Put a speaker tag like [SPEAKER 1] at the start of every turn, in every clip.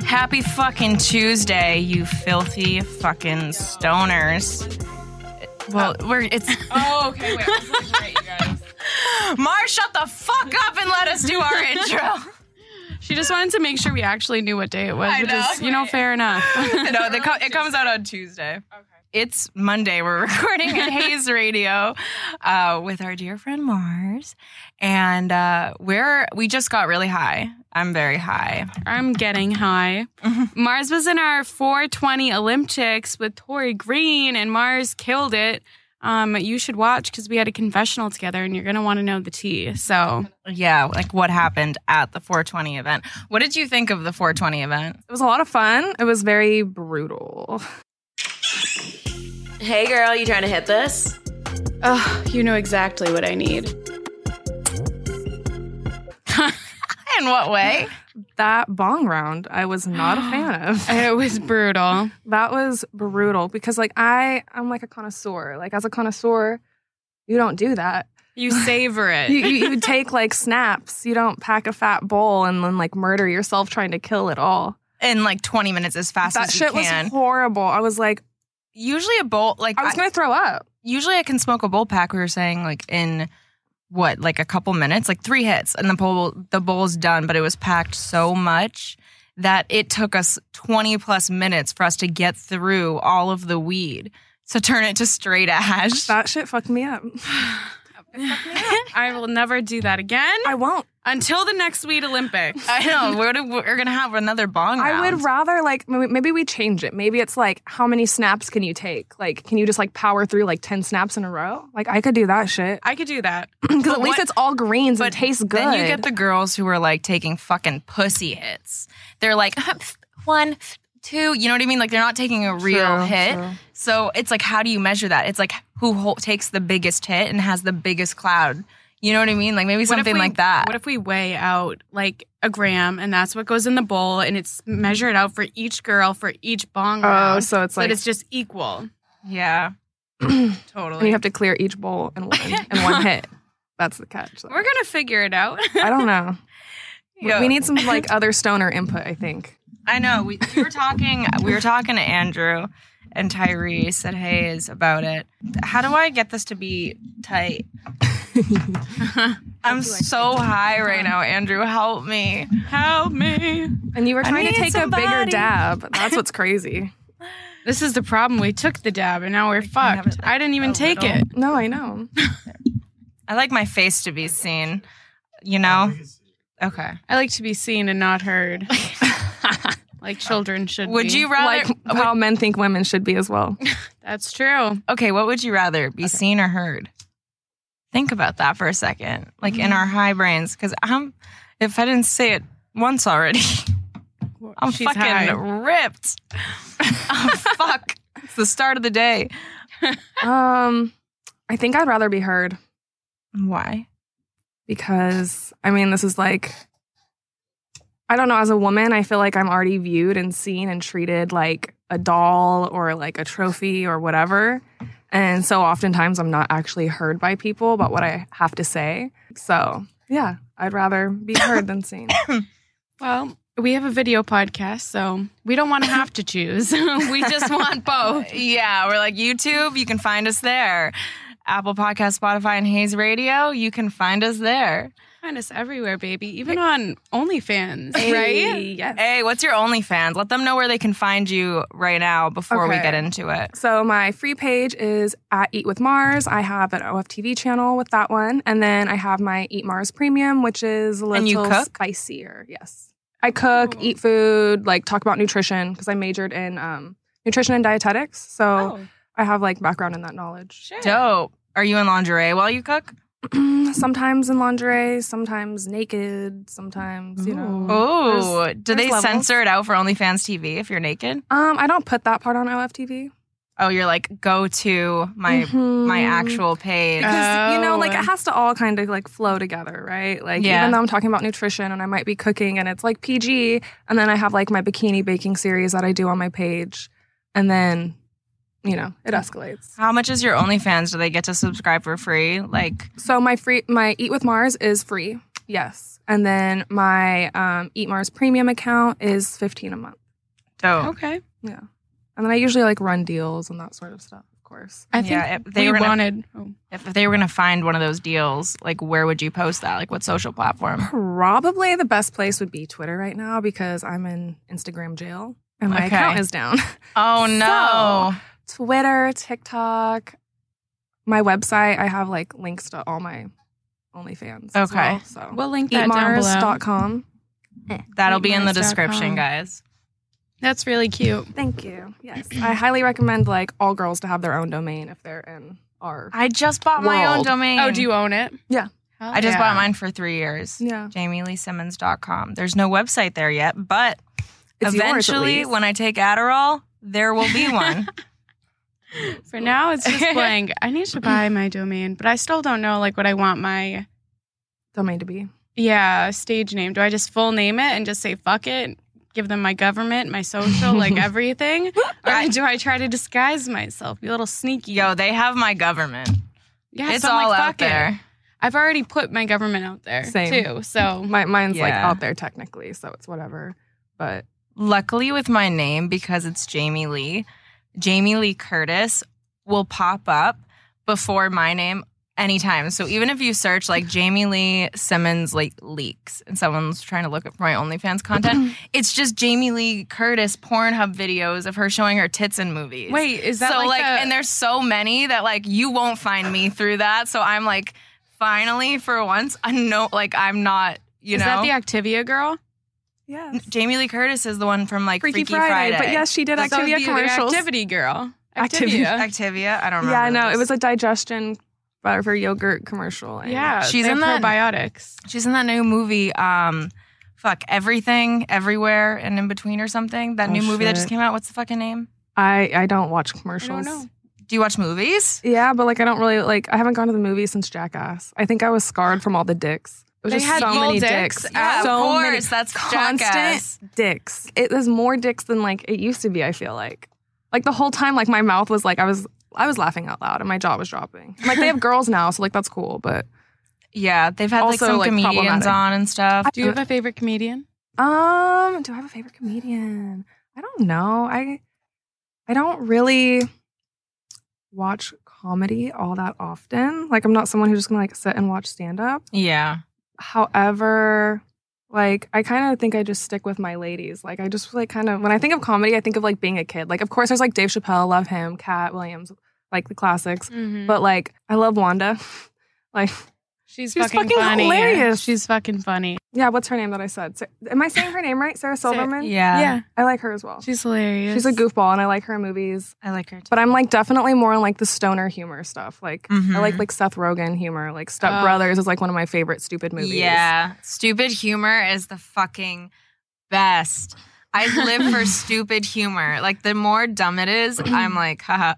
[SPEAKER 1] Happy fucking Tuesday, you filthy fucking stoners. Well, we're it's
[SPEAKER 2] Oh, okay. Wait, this is great, you guys.
[SPEAKER 1] Mar, shut the fuck up and let us do our intro.
[SPEAKER 3] She just wanted to make sure we actually knew what day it was,
[SPEAKER 1] I
[SPEAKER 3] which
[SPEAKER 1] know.
[SPEAKER 3] is, you know, fair enough.
[SPEAKER 1] no, they co- it comes out on Tuesday.
[SPEAKER 2] Okay.
[SPEAKER 1] It's Monday. We're recording at Hayes Radio uh, with our dear friend Mars, and uh, we're we just got really high. I'm very high.
[SPEAKER 3] I'm getting high. Mars was in our 420 Olympics with Tori Green, and Mars killed it. Um, you should watch because we had a confessional together, and you're gonna want to know the tea. So
[SPEAKER 1] Yeah, like what happened at the 420 event? What did you think of the 420 event?
[SPEAKER 3] it was a lot of fun. It was very brutal.
[SPEAKER 4] Hey girl, you trying to hit this?
[SPEAKER 3] Ugh, you know exactly what I need.
[SPEAKER 1] In what way?
[SPEAKER 5] that bong round I was not a fan of.
[SPEAKER 3] It was brutal.
[SPEAKER 5] That was brutal because like I I'm like a connoisseur. Like as a connoisseur, you don't do that.
[SPEAKER 3] You savor it.
[SPEAKER 5] You you, you take like snaps. You don't pack a fat bowl and then like murder yourself trying to kill it all.
[SPEAKER 1] In like 20 minutes as fast
[SPEAKER 5] that
[SPEAKER 1] as
[SPEAKER 5] shit
[SPEAKER 1] you can.
[SPEAKER 5] was horrible. I was like
[SPEAKER 1] usually a bowl like
[SPEAKER 5] I was
[SPEAKER 1] I-
[SPEAKER 5] going to throw up.
[SPEAKER 1] usually I can smoke a bowl pack. We were saying like in what like a couple minutes, like three hits, and the bowl the bowl's done. But it was packed so much that it took us twenty plus minutes for us to get through all of the weed to turn it to straight ash.
[SPEAKER 5] That shit fucked me up.
[SPEAKER 3] I will never do that again
[SPEAKER 5] I won't.
[SPEAKER 3] until the next Weed Olympics.
[SPEAKER 1] I know we're gonna- we're gonna have another bong.
[SPEAKER 5] I
[SPEAKER 1] round.
[SPEAKER 5] would rather like m- maybe we change it. Maybe it's like how many snaps can you take? Like can you just like power through like 10 snaps in a row? Like I could do that shit.
[SPEAKER 3] I could do that.
[SPEAKER 5] Because at
[SPEAKER 1] what-
[SPEAKER 5] least it's all greens and tastes good.
[SPEAKER 1] Then you get the girls who are like taking fucking pussy hits. They're like one, two. You know what I mean? Like they're not taking a real
[SPEAKER 5] True,
[SPEAKER 1] hit.
[SPEAKER 5] true.
[SPEAKER 1] So it's like, how do you measure that? It's like who hol- takes the biggest hit and has the biggest cloud. You know what I mean? Like maybe
[SPEAKER 3] What if
[SPEAKER 1] something
[SPEAKER 3] we-
[SPEAKER 1] like that.
[SPEAKER 3] What if we weigh out like a gram and that's what goes in the bowl and it's measured out for each girl for each bong
[SPEAKER 5] Oh,
[SPEAKER 3] round?
[SPEAKER 5] so it's
[SPEAKER 3] so
[SPEAKER 5] like
[SPEAKER 3] that it's just equal.
[SPEAKER 1] yeah,
[SPEAKER 3] Totally.
[SPEAKER 5] and you have to clear each bowl in one in one hit. That's the catch. though.
[SPEAKER 3] We're gonna figure it out.
[SPEAKER 5] I don't know. We-
[SPEAKER 1] Yeah.
[SPEAKER 5] We need some like other stoner input. I think.
[SPEAKER 1] I know. We, we were talking. we were talking to Andrew and Tyrese at Hayes about it. How do I get this to be tight? I'm so high right now, Andrew. Help me.
[SPEAKER 3] Help me.
[SPEAKER 5] And you were
[SPEAKER 1] I
[SPEAKER 5] trying to
[SPEAKER 1] need
[SPEAKER 5] take a bigger
[SPEAKER 1] somebody.
[SPEAKER 5] dab. That's what's crazy.
[SPEAKER 3] This is the problem. We took the dab and now we're
[SPEAKER 1] can have
[SPEAKER 3] fucked.
[SPEAKER 1] it, like,
[SPEAKER 3] I didn't even
[SPEAKER 1] a
[SPEAKER 3] take
[SPEAKER 1] little.
[SPEAKER 3] it.
[SPEAKER 5] No, I know.
[SPEAKER 1] I like my face to be seen, you know? Okay.
[SPEAKER 3] I like to be seen and not heard. like children should
[SPEAKER 1] Would
[SPEAKER 3] be.
[SPEAKER 1] you rather
[SPEAKER 5] Like how men think women should be as well.
[SPEAKER 3] That's true.
[SPEAKER 1] Okay, what would you rather be seen or heard? Think about that for a second. Like in our high brains cuz I'm if I didn't say it once already, I'm
[SPEAKER 3] She's
[SPEAKER 1] fucking
[SPEAKER 3] high.
[SPEAKER 1] ripped. oh fuck. It's the start of the day.
[SPEAKER 5] Um, I think I'd rather be heard
[SPEAKER 1] Why?
[SPEAKER 5] because I mean this is like. I don't know. As a woman, I feel like I'm already viewed and seen and treated like a doll or like a trophy or whatever. And so oftentimes I'm not actually heard by people about what I have to say. So yeah, I'd rather be heard than seen.
[SPEAKER 3] Well, we have a video podcast, so we don't want to have to choose. we just want both.
[SPEAKER 1] Yeah, we're like YouTube, you can find us there. Apple Podcast, Spotify, and Hayes Radio, you can find us there.
[SPEAKER 3] Find us everywhere, baby. Even on OnlyFans, right?
[SPEAKER 5] Yes.
[SPEAKER 1] Hey, what's your OnlyFans? Let them know where they can find you right now before we
[SPEAKER 5] Okay.
[SPEAKER 1] get into it.
[SPEAKER 5] So my free page is at Eat with Mars. I have an OFTV channel with that one, and then I have my Eat Mars Premium, which is a little
[SPEAKER 1] And you cook? Oh.
[SPEAKER 5] spicier. Yes, I cook, eat food, like talk about nutrition because I majored in um, nutrition and dietetics.
[SPEAKER 1] Oh.
[SPEAKER 5] So I have like background in that knowledge.
[SPEAKER 3] Oh, shit.
[SPEAKER 1] Dope. Are you in lingerie while you cook?
[SPEAKER 5] sometimes in lingerie, sometimes naked, sometimes you know.
[SPEAKER 1] Oh, do
[SPEAKER 5] there's
[SPEAKER 1] they
[SPEAKER 5] levels.
[SPEAKER 1] censor it out for OnlyFans TV if you're naked?
[SPEAKER 5] Um, I don't put that part on OFTV.
[SPEAKER 1] Oh, you're like go to my my
[SPEAKER 5] Mhm.
[SPEAKER 1] actual page.
[SPEAKER 5] because you know
[SPEAKER 3] Oh.
[SPEAKER 5] like it has to all kind of like flow together right like
[SPEAKER 1] Yeah.
[SPEAKER 5] even though i'm talking about nutrition and i might be cooking and it's like pg and then i have like my bikini baking series that i do on my page and then you know it escalates
[SPEAKER 1] How much is your OnlyFans? Do they get to subscribe for free? Like,
[SPEAKER 5] so my free my eat with mars is free yes and then my um, eat mars premium account is 15 a month
[SPEAKER 1] So
[SPEAKER 3] Okay.
[SPEAKER 5] And then I usually like run deals and that sort of stuff, of course.
[SPEAKER 3] I think
[SPEAKER 1] Yeah, if they
[SPEAKER 3] we
[SPEAKER 1] were gonna-
[SPEAKER 3] wanted. oh.
[SPEAKER 1] if they were gonna find one of those deals, like where would you post that? Like what social platform?
[SPEAKER 5] Probably the best place would be Twitter right now because I'm in Instagram jail and my
[SPEAKER 1] Okay.
[SPEAKER 5] account is down.
[SPEAKER 1] Oh no.
[SPEAKER 5] Twitter, TikTok, my website. I have like links to all my OnlyFans. as
[SPEAKER 1] Okay.
[SPEAKER 5] well, so
[SPEAKER 3] We'll link that down below.
[SPEAKER 5] eatmars.com.
[SPEAKER 1] That'll be in the
[SPEAKER 3] Meatmars.com.
[SPEAKER 1] description, guys.
[SPEAKER 3] That's really cute.
[SPEAKER 5] Thank you. Yes. I highly recommend like all girls to have their own domain if they're in our.
[SPEAKER 1] I just bought my own
[SPEAKER 5] World.
[SPEAKER 1] domain.
[SPEAKER 3] Oh, do you own it?
[SPEAKER 5] Yeah.
[SPEAKER 3] Hell
[SPEAKER 1] I just
[SPEAKER 3] yeah.
[SPEAKER 1] bought mine for three years.
[SPEAKER 5] yeah.
[SPEAKER 1] JamieLeeSimmons.com. There's no website there yet, but
[SPEAKER 5] It's yours, at
[SPEAKER 1] eventually
[SPEAKER 5] least.
[SPEAKER 1] when I take Adderall, there will be one.
[SPEAKER 3] For now, it's just blank. I need to buy my domain, but I still don't know like what I want my
[SPEAKER 5] domain to be.
[SPEAKER 3] yeah stage name. Do I just full name it and just say fuck it? Give them my government, my social, like everything, or do I try to disguise myself, be a little sneaky?
[SPEAKER 1] Yo, they have my government.
[SPEAKER 3] yeah,
[SPEAKER 1] it's
[SPEAKER 3] so I'm
[SPEAKER 1] all
[SPEAKER 3] like,
[SPEAKER 1] out
[SPEAKER 3] fuck it.
[SPEAKER 1] there.
[SPEAKER 3] I've already put my government out there
[SPEAKER 5] Same.
[SPEAKER 3] too. So
[SPEAKER 5] My, mine's like
[SPEAKER 1] Yeah.
[SPEAKER 5] out there technically, so it's whatever. But
[SPEAKER 1] Luckily, with my name, because it's Jamie Lee, Jamie Lee Curtis will pop up before my name anytime. So even if you search like Jamie Lee Simmons like leaks and someone's trying to look up for my OnlyFans content, it's just Jamie Lee Curtis Pornhub videos of her showing her tits in movies.
[SPEAKER 3] wait, is that
[SPEAKER 1] so like,
[SPEAKER 3] like, a-
[SPEAKER 1] and there's so many that like you won't find me through that. So I'm like, finally, for once, I know like I'm not. You
[SPEAKER 3] is
[SPEAKER 1] know,
[SPEAKER 3] that the Activia girl?
[SPEAKER 5] yeah.
[SPEAKER 1] N- Jamie Lee Curtis is the one from like Freaky, Friday,
[SPEAKER 5] But yes, she did
[SPEAKER 1] So
[SPEAKER 5] Activia
[SPEAKER 3] the,
[SPEAKER 5] commercials.
[SPEAKER 3] The activity girl.
[SPEAKER 5] Activia.
[SPEAKER 3] Activia.
[SPEAKER 1] Activia. I don't remember.
[SPEAKER 5] yeah, I know. It
[SPEAKER 1] those.
[SPEAKER 5] was a digestion for for yogurt commercial. and-
[SPEAKER 3] Yeah,
[SPEAKER 1] She's
[SPEAKER 3] they're
[SPEAKER 1] in that-
[SPEAKER 3] probiotics.
[SPEAKER 1] She's in that new movie. Um, fuck everything, everywhere, and in between, or something. That
[SPEAKER 5] Oh,
[SPEAKER 1] new movie that just
[SPEAKER 5] shit.
[SPEAKER 1] came out. What's the fucking name?
[SPEAKER 5] I, I don't watch commercials.
[SPEAKER 3] know.
[SPEAKER 1] Do you watch movies?
[SPEAKER 5] Yeah, but like I don't really like I haven't gone to the movie since Jackass. I think I was scarred from all the dicks. It was
[SPEAKER 3] They
[SPEAKER 5] just
[SPEAKER 3] had
[SPEAKER 5] so
[SPEAKER 3] full
[SPEAKER 5] many
[SPEAKER 3] dicks?
[SPEAKER 5] dicks.
[SPEAKER 1] Yeah,
[SPEAKER 5] so
[SPEAKER 1] of course.
[SPEAKER 5] many
[SPEAKER 1] That's
[SPEAKER 5] constant
[SPEAKER 1] Jackass.
[SPEAKER 5] dicks. It there's more dicks than like it used to be, I feel like. Like the whole time like my mouth was like I was I was laughing out loud and my jaw was dropping. Like they have girls now, so like that's cool, but
[SPEAKER 1] Yeah, they've had like
[SPEAKER 5] Also,
[SPEAKER 1] some
[SPEAKER 5] like,
[SPEAKER 1] comedians
[SPEAKER 5] problematic.
[SPEAKER 1] on and stuff.
[SPEAKER 3] Do you have a favorite comedian?
[SPEAKER 5] Um, do I have a favorite comedian? I don't know. I I don't really watch comedy all that often. Like I'm not someone who's just gonna like sit and watch stand up.
[SPEAKER 1] Yeah.
[SPEAKER 5] However, like I kind of think I just stick with my ladies. Like I just like kind of when I think of comedy, I think of like being a kid. Like of course there's like Dave Chappelle, love him, Cat Williams, like the
[SPEAKER 3] Mm-hmm.
[SPEAKER 5] classics. But like I love Wanda. like
[SPEAKER 3] she's,
[SPEAKER 5] she's
[SPEAKER 3] fucking,
[SPEAKER 5] fucking
[SPEAKER 3] funny.
[SPEAKER 5] hilarious.
[SPEAKER 3] She's fucking funny.
[SPEAKER 5] yeah, what's her name that I said? Sa- Am I saying her name right? Sarah
[SPEAKER 3] Sarah-
[SPEAKER 5] Silverman.
[SPEAKER 1] Yeah.
[SPEAKER 5] I like her as well.
[SPEAKER 3] she's hilarious.
[SPEAKER 5] She's a goofball, and I like her in movies.
[SPEAKER 1] I like her too.
[SPEAKER 5] But I'm like definitely more on like the stoner humor stuff. Like
[SPEAKER 1] Mhm.
[SPEAKER 5] I like like Seth Rogen humor. Like Step
[SPEAKER 3] Mm-hmm. Oh.
[SPEAKER 5] Brothers is like one of my favorite stupid movies.
[SPEAKER 1] Yeah. Stupid humor is the fucking best. I live for stupid humor. Like the more dumb it is, I'm like, haha.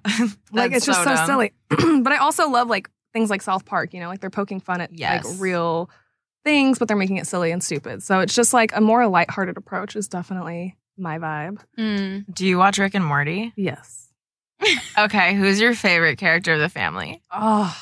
[SPEAKER 5] like
[SPEAKER 1] that's
[SPEAKER 5] it's just so,
[SPEAKER 1] dumb.
[SPEAKER 5] silly. but I also love like things like South Park. You know, like they're poking fun at
[SPEAKER 1] Yes.
[SPEAKER 5] like real things, but they're making it silly and stupid. So it's just like a more lighthearted approach is definitely my vibe.
[SPEAKER 3] Mm.
[SPEAKER 1] Do you watch Rick and Morty?
[SPEAKER 5] Yes.
[SPEAKER 1] Okay, who's your favorite character of the family?
[SPEAKER 5] Oh.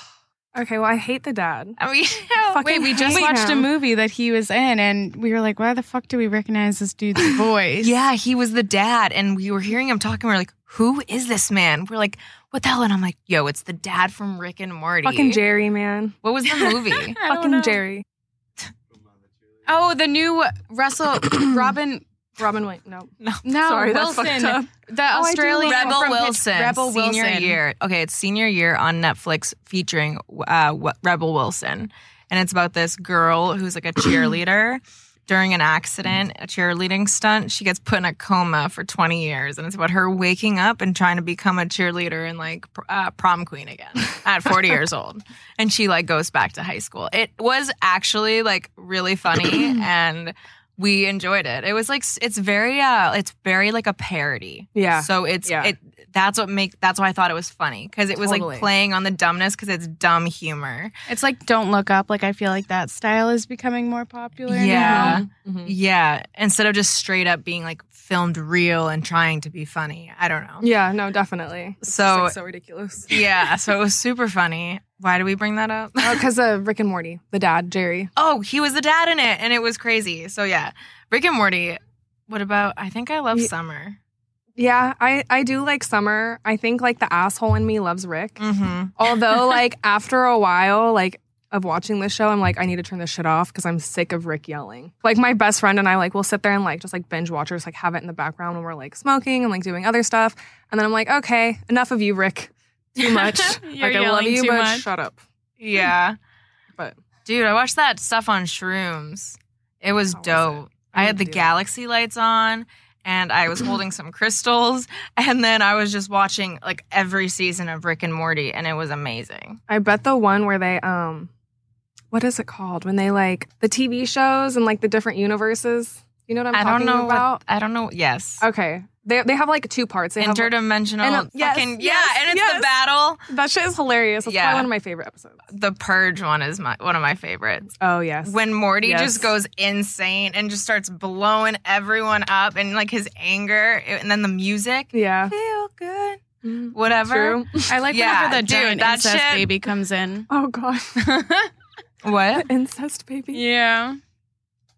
[SPEAKER 5] Okay. Well, I hate the dad.
[SPEAKER 1] I mean,
[SPEAKER 5] Fucking
[SPEAKER 3] Wait, we just
[SPEAKER 5] hate
[SPEAKER 3] watched a
[SPEAKER 5] him.
[SPEAKER 3] movie that he was in, and we were like, "Why the fuck do we recognize this dude's voice?"
[SPEAKER 1] yeah, he was the dad, and we were hearing him talking. We are like, who is this man? We're like, what the hell? And I'm like, yo, it's the dad from Rick and Morty.
[SPEAKER 5] Fucking Jerry, man.
[SPEAKER 1] What was the movie?
[SPEAKER 3] I don't
[SPEAKER 5] Fucking
[SPEAKER 3] know.
[SPEAKER 5] Jerry.
[SPEAKER 3] Oh, the new Russell Robin.
[SPEAKER 5] Robin Wayne. No.
[SPEAKER 3] No,
[SPEAKER 5] Sorry, that's
[SPEAKER 3] Wilson.
[SPEAKER 5] fucked up.
[SPEAKER 3] The
[SPEAKER 5] I do
[SPEAKER 3] Australian
[SPEAKER 5] love-
[SPEAKER 1] Rebel
[SPEAKER 3] from Pitch-
[SPEAKER 1] Wilson,
[SPEAKER 3] Rebel
[SPEAKER 1] senior
[SPEAKER 3] Wilson.
[SPEAKER 1] year. Okay, it's senior year on Netflix featuring uh, w- Rebel Wilson, and it's about this girl who's like a cheerleader. During an accident, a cheerleading stunt, she gets put in a coma for 20 years, and it's about her waking up and trying to become a cheerleader and like pr- uh, prom queen again at 40 years old. And she like goes back to high school. It was actually like really funny, and we enjoyed it. It was like s- it's very uh, it's very like a parody.
[SPEAKER 5] Yeah.
[SPEAKER 1] So it's
[SPEAKER 5] Yeah.
[SPEAKER 1] it that's what make that's why I thought it was funny because it was
[SPEAKER 5] Totally.
[SPEAKER 1] like playing on the dumbness because it's dumb humor.
[SPEAKER 3] It's like Don't Look Up. Like I feel like that style is becoming more popular.
[SPEAKER 1] Yeah. Mm-hmm.
[SPEAKER 3] now.
[SPEAKER 5] Mhm.
[SPEAKER 1] Yeah, instead of just straight up being like filmed real and trying to be funny. I don't know.
[SPEAKER 5] Yeah, no, definitely. It's
[SPEAKER 1] So-
[SPEAKER 5] just, like, so ridiculous.
[SPEAKER 1] Yeah, so it was super funny. Why do we bring that up?
[SPEAKER 5] Because Oh, of Rick and Morty, the dad, Jerry.
[SPEAKER 1] oh, he was the dad in it, and it was crazy. So yeah, Rick and Morty. What about? I think I love
[SPEAKER 5] Ye-
[SPEAKER 1] summer.
[SPEAKER 5] Yeah, I, I do like summer. I think like the asshole in me loves Rick.
[SPEAKER 1] Mm-hmm.
[SPEAKER 5] Although like after a while, like of watching this show, I'm like, I need to turn this shit off because I'm sick of Rick yelling. Like my best friend and I like we'll sit there and like just like binge watchers like have it in the background when we're like smoking and like doing other stuff. And then I'm like, okay, enough of you, Rick. Too much.
[SPEAKER 3] You're
[SPEAKER 5] like I love
[SPEAKER 3] yelling
[SPEAKER 5] you,
[SPEAKER 3] too
[SPEAKER 5] but
[SPEAKER 3] much.
[SPEAKER 5] shut up.
[SPEAKER 1] Yeah.
[SPEAKER 5] Hmm. But-
[SPEAKER 1] dude, I watched that stuff on shrooms. It was
[SPEAKER 5] How was it?
[SPEAKER 1] dope. I,
[SPEAKER 5] I need
[SPEAKER 1] had
[SPEAKER 5] to
[SPEAKER 1] the
[SPEAKER 5] do that.
[SPEAKER 1] galaxy lights on and I was holding some crystals and then I was just watching like every season of Rick and Morty and it was amazing.
[SPEAKER 5] I bet the one where they um what is it called? When they like the TV shows and like the different universes. You know what I'm
[SPEAKER 1] I
[SPEAKER 5] talking
[SPEAKER 1] don't know what-
[SPEAKER 5] about?
[SPEAKER 1] I don't know. Yes.
[SPEAKER 5] Okay. They they have like two parts. They have, like-
[SPEAKER 1] Interdimensional
[SPEAKER 5] And, uh, yes,
[SPEAKER 1] fucking
[SPEAKER 5] yes,
[SPEAKER 1] yeah, and it's
[SPEAKER 5] yes.
[SPEAKER 1] the battle.
[SPEAKER 5] That shit is hilarious. That's
[SPEAKER 1] Yeah.
[SPEAKER 5] probably one of my favorite episodes.
[SPEAKER 1] The purge one is my one of my favorites.
[SPEAKER 5] Oh yes.
[SPEAKER 1] When Morty
[SPEAKER 5] Yes.
[SPEAKER 1] just goes insane and just starts blowing everyone up and like his anger and then the music.
[SPEAKER 5] yeah.
[SPEAKER 1] Feel good. Whatever.
[SPEAKER 5] True.
[SPEAKER 3] I like
[SPEAKER 1] Yeah,
[SPEAKER 3] whenever the
[SPEAKER 1] dude,
[SPEAKER 3] giant
[SPEAKER 1] that
[SPEAKER 3] incest
[SPEAKER 1] shit-
[SPEAKER 3] baby comes in.
[SPEAKER 5] Oh god.
[SPEAKER 1] What?
[SPEAKER 5] the incest baby.
[SPEAKER 3] Yeah.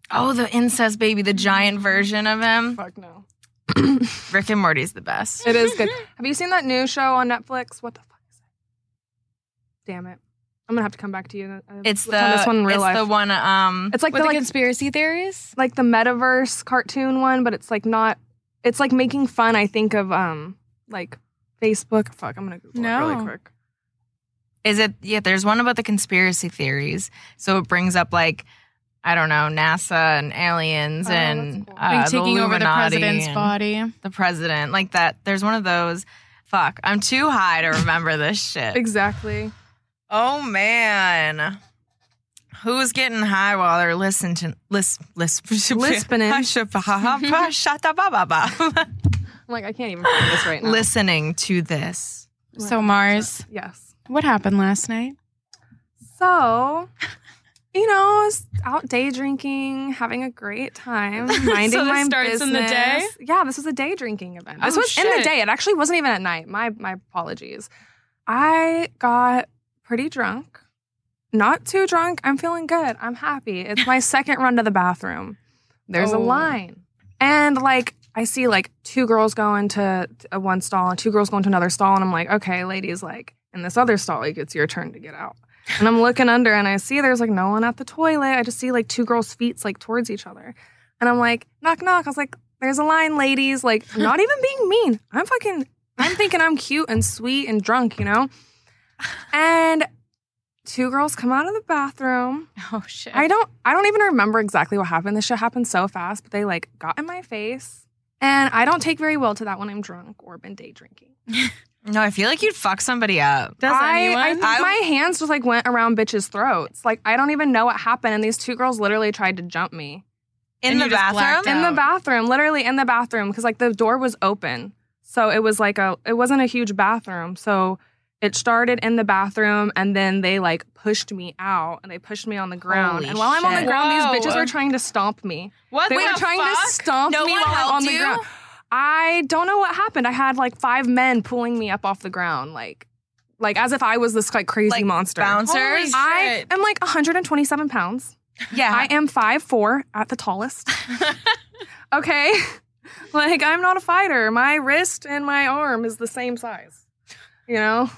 [SPEAKER 1] Oh, the incest baby, the giant version of him.
[SPEAKER 5] Fuck no.
[SPEAKER 1] Rick and Morty's the best.
[SPEAKER 5] It is good. have you seen that new show on Netflix? What the fuck is it? Damn it. I'm gonna have to come back to you. uh,
[SPEAKER 1] It's the
[SPEAKER 5] on this one in real
[SPEAKER 1] it's
[SPEAKER 5] life.
[SPEAKER 1] the one um
[SPEAKER 5] it's like the,
[SPEAKER 6] With the
[SPEAKER 5] like,
[SPEAKER 6] conspiracy theories?
[SPEAKER 5] like the metaverse cartoon one, but it's like not. It's like making fun. I think of um like Facebook. Fuck, I'm gonna Google it
[SPEAKER 3] No.
[SPEAKER 5] really quick.
[SPEAKER 1] is it yeah, there's one about the conspiracy theories. So it brings up like I don't know, NASA and aliens
[SPEAKER 5] Oh, that's
[SPEAKER 1] and
[SPEAKER 5] cool.
[SPEAKER 1] uh,
[SPEAKER 3] like taking
[SPEAKER 1] the
[SPEAKER 3] over the
[SPEAKER 1] Illuminati
[SPEAKER 3] president's
[SPEAKER 1] and
[SPEAKER 3] body.
[SPEAKER 1] The president, like that. There's one of those. Fuck, I'm too high to remember this shit.
[SPEAKER 5] Exactly.
[SPEAKER 1] Oh man. Who's getting high while they're listening to lisp lisp
[SPEAKER 5] Lispinin'.
[SPEAKER 1] listening
[SPEAKER 5] I'm like I can't even find this right now.
[SPEAKER 1] to this?
[SPEAKER 3] So Mars,
[SPEAKER 5] Yes.
[SPEAKER 3] what happened last night?
[SPEAKER 5] So, you know, I was out day drinking, having a great time, minding
[SPEAKER 3] this
[SPEAKER 5] my
[SPEAKER 3] starts
[SPEAKER 5] business.
[SPEAKER 3] in the day?
[SPEAKER 5] Yeah, this was a day drinking event. This
[SPEAKER 3] Oh,
[SPEAKER 5] was in the
[SPEAKER 3] shit.
[SPEAKER 5] day. It actually wasn't even at night. My my apologies. I got pretty drunk. Not too drunk. I'm feeling good. I'm happy. It's my second run to the bathroom. There's a
[SPEAKER 3] Oh.
[SPEAKER 5] line. And like I see like two girls going to a uh, one stall and two girls going to another stall and I'm like, "Okay, ladies, like in this other stall, like it's your turn to get out." And I'm looking under and I see there's like no one at the toilet. I just see like two girls' feet like towards each other. And I'm like, knock, knock. I was like, there's a line, ladies. Like, not even being mean. I'm fucking, I'm thinking I'm cute and sweet and drunk, you know? And two girls come out of the bathroom.
[SPEAKER 3] Oh shit.
[SPEAKER 5] I don't, I don't even remember exactly what happened. This shit happened so fast, but they like got in my face. And I don't take very well to that when I'm drunk or been day drinking.
[SPEAKER 1] No, I feel like you'd fuck somebody up.
[SPEAKER 3] Does
[SPEAKER 5] I,
[SPEAKER 3] anyone?
[SPEAKER 5] I think
[SPEAKER 1] I-
[SPEAKER 5] my hands just like went around bitches' throats. Like I don't even know what happened, and these two girls literally tried to jump me
[SPEAKER 1] In
[SPEAKER 3] And
[SPEAKER 1] the
[SPEAKER 3] you just blacked
[SPEAKER 1] bathroom?
[SPEAKER 5] in the
[SPEAKER 3] out.
[SPEAKER 5] bathroom, literally in the bathroom, because like the door was open, so it was like a it wasn't a huge bathroom, so it started in the bathroom, and then they like pushed me out, and they pushed me on the ground,
[SPEAKER 1] Holy
[SPEAKER 5] and while I'm on
[SPEAKER 1] shit.
[SPEAKER 5] the ground,
[SPEAKER 3] Whoa.
[SPEAKER 5] these bitches were trying to stomp me.
[SPEAKER 1] What
[SPEAKER 5] They
[SPEAKER 1] the
[SPEAKER 5] were trying
[SPEAKER 1] fuck?
[SPEAKER 5] to stomp
[SPEAKER 1] No
[SPEAKER 5] me
[SPEAKER 1] one
[SPEAKER 5] while I'm
[SPEAKER 1] helped
[SPEAKER 5] on the
[SPEAKER 1] you?
[SPEAKER 5] ground. I don't know what happened. I had like five men pulling me up off the ground, like, like as if I was this like crazy
[SPEAKER 1] Like,
[SPEAKER 5] monster.
[SPEAKER 1] Bouncers?
[SPEAKER 3] Holy
[SPEAKER 5] I
[SPEAKER 3] shit.
[SPEAKER 5] am like 127 pounds.
[SPEAKER 1] yeah.
[SPEAKER 5] I am five four at the tallest. okay. Like I'm not a fighter. My wrist and my arm is the same size. You know?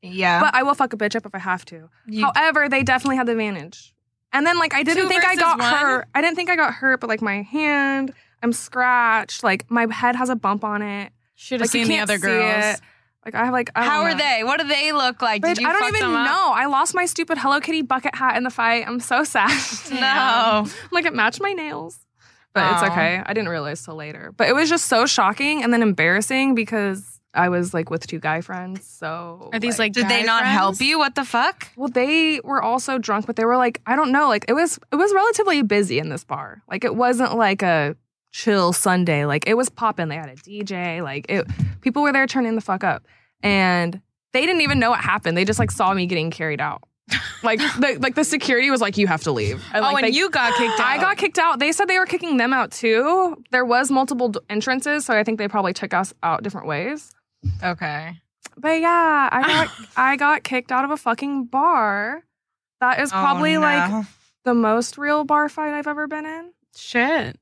[SPEAKER 1] yeah.
[SPEAKER 5] But I will fuck a bitch up if I have to.
[SPEAKER 1] You-
[SPEAKER 5] However, they definitely had the advantage. And then like I didn't
[SPEAKER 3] Two
[SPEAKER 5] think I
[SPEAKER 3] versus
[SPEAKER 5] got
[SPEAKER 3] one?
[SPEAKER 5] hurt. I didn't think I got hurt, but like my hand, I'm scratched, like my head has a bump on it.
[SPEAKER 3] should have
[SPEAKER 5] Like you
[SPEAKER 3] seen the
[SPEAKER 5] can't
[SPEAKER 3] other
[SPEAKER 5] see
[SPEAKER 3] girls.
[SPEAKER 5] it. Like I have like I don't
[SPEAKER 1] how are
[SPEAKER 5] know.
[SPEAKER 1] they? What do they look like?
[SPEAKER 5] Bitch,
[SPEAKER 1] Did you
[SPEAKER 5] I don't
[SPEAKER 1] fuck
[SPEAKER 5] even
[SPEAKER 1] them up?
[SPEAKER 5] know. I lost my stupid Hello Kitty bucket hat in the fight. I'm so sad.
[SPEAKER 1] No.
[SPEAKER 5] like it matched my nails. But
[SPEAKER 1] Aw.
[SPEAKER 5] it's okay. I didn't realize till later. But it was just so shocking and then embarrassing because I was like with two guy friends. So
[SPEAKER 3] Are these like?
[SPEAKER 1] Did they
[SPEAKER 3] guy
[SPEAKER 1] not
[SPEAKER 3] friends?
[SPEAKER 1] help you? What the fuck?
[SPEAKER 5] well, they were also drunk, but they were like, I don't know, like it was it was relatively busy in this bar. Like it wasn't like a chill Sunday. Like it was poppin'. They had a DJ. Like it people were there turning the fuck up. And they didn't even know what happened. They just like saw me getting carried out. Like the like the security was like, you have to leave. And,
[SPEAKER 3] Oh,
[SPEAKER 5] like,
[SPEAKER 3] and
[SPEAKER 5] they-
[SPEAKER 3] you got kicked out.
[SPEAKER 5] I got kicked out. They said they were kicking them out too. There was multiple d- entrances, so I think they probably took us out different ways.
[SPEAKER 1] Okay.
[SPEAKER 5] But yeah, I got I got kicked out of a fucking bar.
[SPEAKER 1] Oh,
[SPEAKER 5] That is probably like the most real bar fight I've ever been in.
[SPEAKER 3] shit.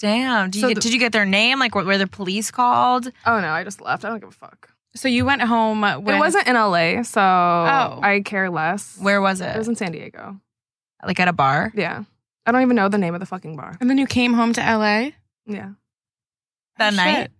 [SPEAKER 1] Damn. Did,
[SPEAKER 5] So
[SPEAKER 1] you get,
[SPEAKER 5] the-
[SPEAKER 1] did you get their name? Like, were, were the police called?
[SPEAKER 5] Oh no, I just left. I don't give a fuck.
[SPEAKER 3] So you went home. When,
[SPEAKER 5] It wasn't in LA, so
[SPEAKER 3] Oh.
[SPEAKER 5] I care less.
[SPEAKER 1] Where was
[SPEAKER 5] It
[SPEAKER 1] it?
[SPEAKER 5] was in San Diego.
[SPEAKER 1] like at a bar?
[SPEAKER 5] Yeah. I don't even know the name of the fucking bar.
[SPEAKER 3] And then you came home to LA
[SPEAKER 5] Yeah.
[SPEAKER 1] That
[SPEAKER 3] Oh,
[SPEAKER 1] night?
[SPEAKER 3] shit.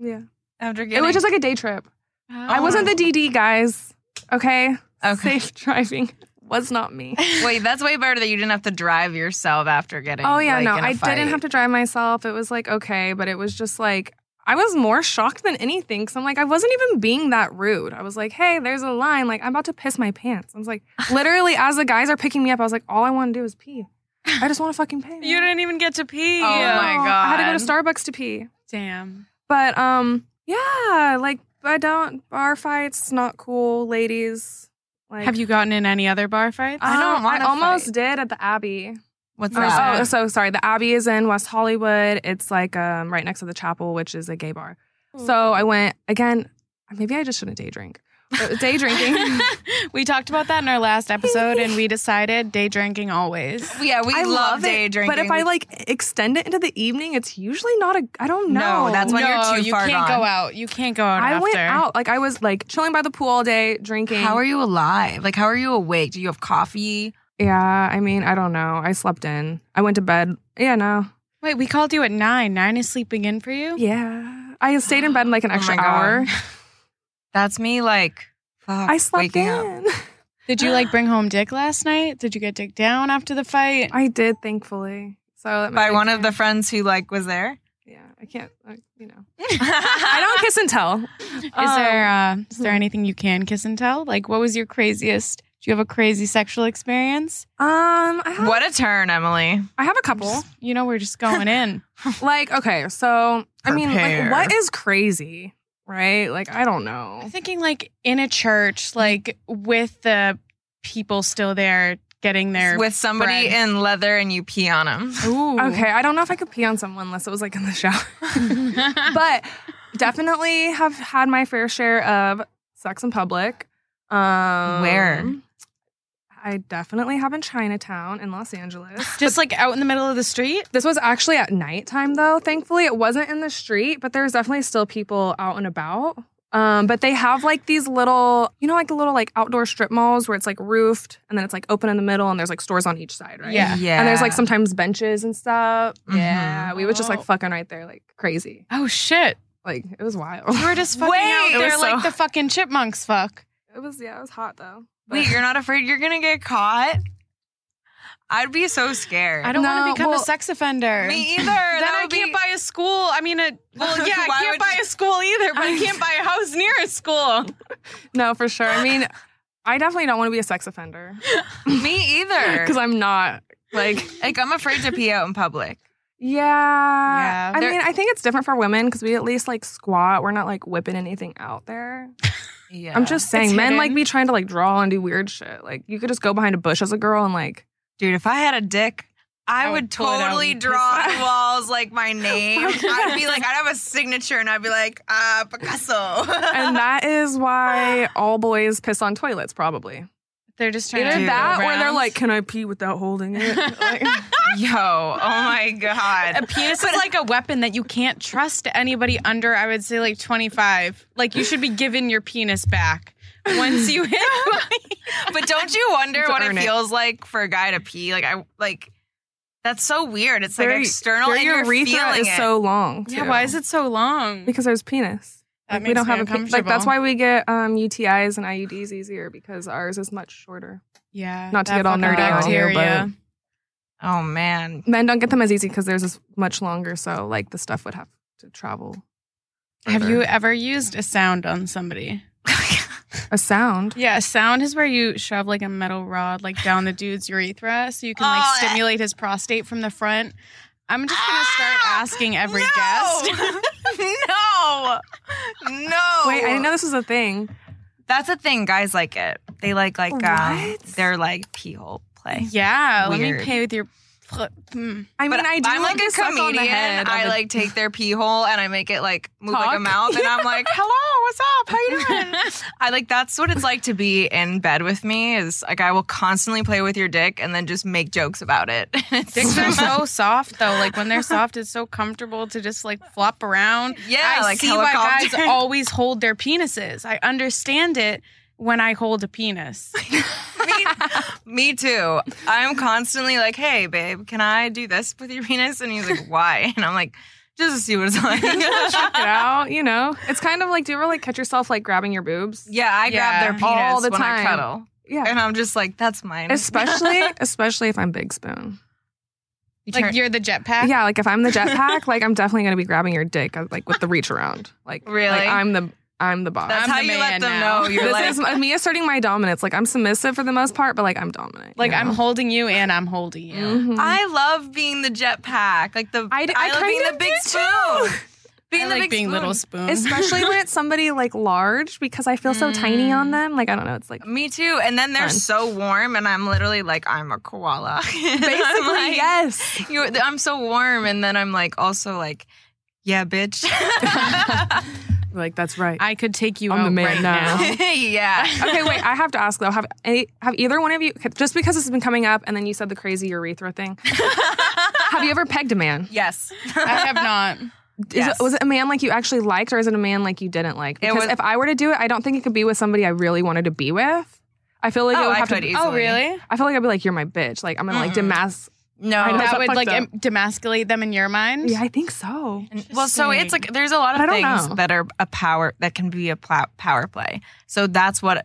[SPEAKER 5] Yeah.
[SPEAKER 1] After getting,
[SPEAKER 5] It was just like a day trip. I
[SPEAKER 3] Oh,
[SPEAKER 5] wasn't the DD, guys. Okay.
[SPEAKER 1] Okay.
[SPEAKER 5] Safe driving was not me.
[SPEAKER 1] Wait, that's way better that you didn't have to drive yourself after getting.
[SPEAKER 5] Oh yeah,
[SPEAKER 1] like,
[SPEAKER 5] no,
[SPEAKER 1] in a
[SPEAKER 5] I
[SPEAKER 1] fight.
[SPEAKER 5] didn't have to drive myself. It was like okay, but it was just like I was more shocked than anything. Cause I'm like, I wasn't even being that rude. I was like, hey, there's a line. Like, I'm about to piss my pants. I was like, literally, as the guys are picking me up, I was like, all I want to do is pee. I just want to fucking pee.
[SPEAKER 3] You didn't even get to pee.
[SPEAKER 1] Oh my god!
[SPEAKER 5] I had to go to Starbucks to pee.
[SPEAKER 3] Damn.
[SPEAKER 5] But um, yeah, like I don't bar fights. Not cool, ladies. Like,
[SPEAKER 3] Have you gotten in any other bar fights?
[SPEAKER 1] I don't
[SPEAKER 5] um,
[SPEAKER 1] wanna
[SPEAKER 5] I almost
[SPEAKER 1] fight.
[SPEAKER 5] did at the Abbey.
[SPEAKER 1] What's
[SPEAKER 3] Or
[SPEAKER 1] that?
[SPEAKER 5] Oh, so sorry. The Abbey is in West Hollywood. It's like um, right next to the chapel, which is a gay bar.
[SPEAKER 1] Hmm.
[SPEAKER 5] So I went again. Maybe I just shouldn't day drink. But Day drinking.
[SPEAKER 3] we talked about that in our last episode, and we decided day drinking always.
[SPEAKER 1] yeah, we
[SPEAKER 5] I
[SPEAKER 1] love,
[SPEAKER 5] love
[SPEAKER 1] day
[SPEAKER 5] it,
[SPEAKER 1] drinking.
[SPEAKER 5] But if I like extend it into the evening, it's usually not a. I don't know.
[SPEAKER 1] No, that's when you're
[SPEAKER 3] no,
[SPEAKER 1] too
[SPEAKER 3] you
[SPEAKER 1] far
[SPEAKER 3] can't
[SPEAKER 1] gone.
[SPEAKER 3] go out. You can't go out
[SPEAKER 5] I
[SPEAKER 3] after.
[SPEAKER 5] went out. Like I was like chilling by the pool all day drinking.
[SPEAKER 1] how are you alive? Like, how are you awake? Do you have coffee?
[SPEAKER 5] Yeah, I mean, I don't know. I slept in. I went to bed. Yeah, no.
[SPEAKER 3] Wait, we called you at nine. Nine is sleeping in for you?
[SPEAKER 5] Yeah, I stayed in bed like an
[SPEAKER 1] Oh my
[SPEAKER 5] extra
[SPEAKER 1] God.
[SPEAKER 5] hour.
[SPEAKER 1] That's me. Like, fuck,
[SPEAKER 5] I slept
[SPEAKER 1] waking up.
[SPEAKER 5] in.
[SPEAKER 3] Did you like bring home dick last night? Did you get dick down after the fight?
[SPEAKER 5] I did, thankfully. So that
[SPEAKER 1] by
[SPEAKER 5] made-
[SPEAKER 1] one of the friends who like was there.
[SPEAKER 5] Yeah, I can't. I, you know. Um, I
[SPEAKER 1] I
[SPEAKER 5] don't kiss and tell.
[SPEAKER 3] Is
[SPEAKER 1] Um,
[SPEAKER 3] there uh, is
[SPEAKER 1] hmm.
[SPEAKER 3] there anything you can kiss and tell? Like, what was your craziest? Do you have a crazy sexual experience?
[SPEAKER 5] Um, I have,
[SPEAKER 1] What a turn, Emily.
[SPEAKER 5] I have a couple.
[SPEAKER 3] You know, we're just going in.
[SPEAKER 5] like, okay, so I mean,
[SPEAKER 1] Prepare.
[SPEAKER 5] like, what is crazy, right? Like, I don't know.
[SPEAKER 3] I'm thinking like in a church, like with the people still there getting their
[SPEAKER 1] With somebody
[SPEAKER 3] bread.
[SPEAKER 1] in leather and you pee on them.
[SPEAKER 3] Ooh.
[SPEAKER 5] Okay, I don't know if I could pee on someone unless it was like in the shower, but definitely have had my fair share of sex in public. Um,
[SPEAKER 1] Where?
[SPEAKER 5] I definitely have in Chinatown in Los Angeles.
[SPEAKER 3] just like out in the middle of the street.
[SPEAKER 5] This was actually at nighttime though. Thankfully, it wasn't in the street, but there's definitely still people out and about. Um, but they have like these little, you know, like the little like outdoor strip malls where it's like roofed and then it's like open in the middle and there's like stores on each side, right?
[SPEAKER 3] Yeah.
[SPEAKER 1] yeah.
[SPEAKER 5] And there's like sometimes benches and stuff.
[SPEAKER 1] Mhm.
[SPEAKER 5] Yeah. We was just like
[SPEAKER 3] Oh.
[SPEAKER 5] fucking right there, like crazy.
[SPEAKER 3] Oh shit!
[SPEAKER 5] Like it was wild.
[SPEAKER 3] You were just fucking
[SPEAKER 1] Wait.
[SPEAKER 3] out
[SPEAKER 1] It
[SPEAKER 3] there
[SPEAKER 1] was
[SPEAKER 3] like
[SPEAKER 1] so-
[SPEAKER 3] the fucking chipmunks. Fuck.
[SPEAKER 5] It was yeah, it was hot though. But-
[SPEAKER 1] Wait, you're not afraid you're gonna get caught? I'd be so scared.
[SPEAKER 3] I don't want
[SPEAKER 5] No,
[SPEAKER 3] to become
[SPEAKER 5] well-
[SPEAKER 3] a sex offender.
[SPEAKER 1] Me either. That
[SPEAKER 3] then I
[SPEAKER 1] would be-
[SPEAKER 3] can't buy a school. I mean, a well, yeah,
[SPEAKER 1] Why
[SPEAKER 3] I
[SPEAKER 1] would
[SPEAKER 3] can't buy a school either, but I can't buy a house near a school.
[SPEAKER 5] No, for sure. I mean, I definitely don't want to be a sex offender.
[SPEAKER 1] me either.
[SPEAKER 5] Because I'm not like
[SPEAKER 1] like I'm afraid to pee out in public.
[SPEAKER 5] Yeah. I
[SPEAKER 1] There-
[SPEAKER 5] mean, I think it's different for women because we at least like squat. We're not like whipping anything out there.
[SPEAKER 1] Yeah.
[SPEAKER 5] I'm just saying,
[SPEAKER 3] It's
[SPEAKER 5] men
[SPEAKER 3] hidden.
[SPEAKER 5] like be trying to like draw and do weird shit. Like you could just go behind a bush as a girl and like
[SPEAKER 1] dude, if I had a dick, I,
[SPEAKER 3] I
[SPEAKER 1] would,
[SPEAKER 3] would pull it out
[SPEAKER 1] totally
[SPEAKER 3] and
[SPEAKER 1] draw
[SPEAKER 3] piss
[SPEAKER 1] on walls like my name. I'd be like, I'd have a signature and I'd be like, uh, Picasso.
[SPEAKER 5] and that is why all boys piss on toilets probably.
[SPEAKER 3] They're just trying
[SPEAKER 5] Either
[SPEAKER 3] to
[SPEAKER 5] that
[SPEAKER 3] go
[SPEAKER 5] or they're
[SPEAKER 3] around.
[SPEAKER 5] like, Can I pee without holding it? Like,
[SPEAKER 1] Yo, oh my god.
[SPEAKER 3] a penis is like a weapon that you can't trust anybody under. I would say like 25. Like you should be given your penis back once you hit.
[SPEAKER 1] Uh, But don't you wonder
[SPEAKER 5] To
[SPEAKER 1] what
[SPEAKER 5] earn
[SPEAKER 1] it
[SPEAKER 5] it.
[SPEAKER 1] feels like for a guy to pee? Like I like that's so weird. It's like
[SPEAKER 5] their-
[SPEAKER 1] external
[SPEAKER 5] their
[SPEAKER 1] and you're
[SPEAKER 5] urethra
[SPEAKER 1] feeling
[SPEAKER 5] is
[SPEAKER 1] it.
[SPEAKER 5] so long.
[SPEAKER 3] yeah,
[SPEAKER 5] too.
[SPEAKER 3] why is it so long?
[SPEAKER 5] because there's penis.
[SPEAKER 3] That
[SPEAKER 5] Like, we
[SPEAKER 3] makes
[SPEAKER 5] don't
[SPEAKER 3] me
[SPEAKER 5] have a pe- like
[SPEAKER 3] uncomfortable.
[SPEAKER 5] that's why we get um, UTIs and IUDs easier because ours is much shorter.
[SPEAKER 3] yeah,
[SPEAKER 5] Not to
[SPEAKER 3] that
[SPEAKER 5] get all
[SPEAKER 3] fucking
[SPEAKER 5] nerdy
[SPEAKER 1] on
[SPEAKER 5] here, but-
[SPEAKER 3] bacteria.
[SPEAKER 1] oh man.
[SPEAKER 5] men don't get them as easy because theirs is much longer. So like the stuff would have to travel.
[SPEAKER 3] Have
[SPEAKER 5] further.
[SPEAKER 3] you ever used a sound on somebody?
[SPEAKER 5] a sound?
[SPEAKER 3] Yeah, sound is where you shove like a metal rod like down the dude's urethra so you can like
[SPEAKER 1] Oh, eh.
[SPEAKER 3] stimulate his prostate from the front. I'm just gonna start
[SPEAKER 1] Ah,
[SPEAKER 3] asking every
[SPEAKER 1] no!
[SPEAKER 3] guest.
[SPEAKER 1] no. No.
[SPEAKER 5] Wait, I didn't know this was a thing.
[SPEAKER 1] That's a thing. Guys like it. They like like um
[SPEAKER 5] What?
[SPEAKER 1] they're like pee hole play.
[SPEAKER 3] yeah, let me
[SPEAKER 1] Weird.
[SPEAKER 3] pay with your Mm.
[SPEAKER 5] I mean,
[SPEAKER 1] But
[SPEAKER 5] I do
[SPEAKER 1] I'm like
[SPEAKER 5] the
[SPEAKER 1] a
[SPEAKER 5] suck on the
[SPEAKER 1] comedian.
[SPEAKER 5] head of
[SPEAKER 1] I
[SPEAKER 5] a-
[SPEAKER 1] like take their pee hole and I make it like move like a
[SPEAKER 3] Talk.
[SPEAKER 1] mouth, and I'm like, "Hello, what's up? How you doing?" I like that's what it's like to be in bed with me. Is like I will constantly play with your dick and then just make jokes about it. It's
[SPEAKER 3] Dicks are
[SPEAKER 1] so-
[SPEAKER 3] so soft though. Like when they're soft, it's so comfortable to just like flop around.
[SPEAKER 1] yeah,
[SPEAKER 3] I
[SPEAKER 1] like
[SPEAKER 3] see why
[SPEAKER 1] helicopter.
[SPEAKER 3] guys always hold their penises. I understand it when I hold a penis.
[SPEAKER 1] me, me too. I'm constantly like, "Hey, babe, can I do this with your penis?" And he's like, "Why?" And I'm like, "Just to see what it's like."
[SPEAKER 5] check it out. You know, it's kind of like, do you ever like catch yourself like grabbing your boobs?
[SPEAKER 1] yeah, I
[SPEAKER 3] Yeah.
[SPEAKER 1] grab their penis
[SPEAKER 5] All the
[SPEAKER 1] when I
[SPEAKER 5] time.
[SPEAKER 1] cuddle,
[SPEAKER 5] Yeah,
[SPEAKER 1] and I'm just like, "That's mine."
[SPEAKER 5] especially especially if I'm big spoon.
[SPEAKER 1] You turn-
[SPEAKER 3] Like you're the jetpack.
[SPEAKER 5] Yeah, like if I'm the jetpack, like I'm definitely gonna be grabbing your dick, uh, like with the reach around. Like
[SPEAKER 1] Really?
[SPEAKER 5] like, I'm the I'm the boss.
[SPEAKER 1] That's
[SPEAKER 3] I'm
[SPEAKER 1] how
[SPEAKER 3] the
[SPEAKER 1] you let
[SPEAKER 3] man
[SPEAKER 1] them
[SPEAKER 3] now.
[SPEAKER 1] know you're
[SPEAKER 5] this
[SPEAKER 1] like.
[SPEAKER 5] is uh, me asserting my dominance. Like I'm submissive for the most part, but like I'm dominant.
[SPEAKER 3] Like
[SPEAKER 5] you
[SPEAKER 3] I'm
[SPEAKER 5] know?
[SPEAKER 3] holding you and I'm holding you.
[SPEAKER 5] Mhm.
[SPEAKER 1] I love being the jetpack, like the I,
[SPEAKER 5] I d- I
[SPEAKER 1] love being
[SPEAKER 5] kind
[SPEAKER 1] the
[SPEAKER 5] of
[SPEAKER 1] big
[SPEAKER 5] do
[SPEAKER 1] spoon. Being
[SPEAKER 3] I
[SPEAKER 1] the
[SPEAKER 3] like
[SPEAKER 1] big
[SPEAKER 3] being
[SPEAKER 1] spoon.
[SPEAKER 3] little spoon.
[SPEAKER 5] especially when it's somebody like large because I feel so tiny
[SPEAKER 1] Mm.
[SPEAKER 5] on them. Like I don't know, it's like
[SPEAKER 1] Me too. And then they're
[SPEAKER 5] Fun.
[SPEAKER 1] so warm, and I'm literally like I'm a koala. Basically,
[SPEAKER 5] basically yes.
[SPEAKER 1] You, I'm so warm, and then I'm like also like, yeah, bitch.
[SPEAKER 5] Like that's right.
[SPEAKER 3] I could take you
[SPEAKER 5] I'm the
[SPEAKER 3] out
[SPEAKER 5] man
[SPEAKER 3] right
[SPEAKER 5] now.
[SPEAKER 3] now.
[SPEAKER 1] yeah.
[SPEAKER 5] okay, wait. I have to ask though. Have any, have either one of you okay, just because this has been coming up, and then you said the crazy urethra thing? have you ever pegged a man?
[SPEAKER 1] Yes.
[SPEAKER 3] I have not.
[SPEAKER 5] Is
[SPEAKER 1] Yes.
[SPEAKER 5] it, was it a man like you actually liked, or is it a man like you didn't like?
[SPEAKER 1] It
[SPEAKER 5] Because
[SPEAKER 1] was-
[SPEAKER 5] if I were to do it, I don't think it could be with somebody I really wanted to be with. I feel like it
[SPEAKER 1] Oh,
[SPEAKER 5] would
[SPEAKER 1] I
[SPEAKER 5] have
[SPEAKER 1] could
[SPEAKER 5] to.
[SPEAKER 1] easily.
[SPEAKER 3] Oh, really?
[SPEAKER 5] I feel like I'd be like, "You're my bitch." Like I'm gonna like
[SPEAKER 1] Mm-mm.
[SPEAKER 5] demask.
[SPEAKER 1] No.
[SPEAKER 5] I know.
[SPEAKER 3] that
[SPEAKER 5] that's
[SPEAKER 3] would
[SPEAKER 5] fucked
[SPEAKER 3] like
[SPEAKER 5] up.
[SPEAKER 3] em- demasculate them in your mind.
[SPEAKER 5] Yeah, I think so.
[SPEAKER 1] And- Well, so it's like there's a lot
[SPEAKER 5] But
[SPEAKER 1] of
[SPEAKER 5] I don't
[SPEAKER 1] things
[SPEAKER 5] know.
[SPEAKER 1] that are a power that can be a pla- power play. So that's what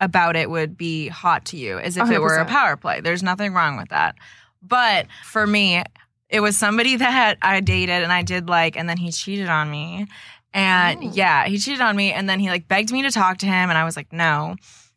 [SPEAKER 1] about it would be hot to you as if it were a
[SPEAKER 5] 100%.
[SPEAKER 1] power play. There's nothing wrong with that. But for me, it was somebody that I dated and I did like, and then he cheated on me. And
[SPEAKER 5] Oh.
[SPEAKER 1] yeah, he cheated on me. And then he like begged me to talk to him, and I was like, no.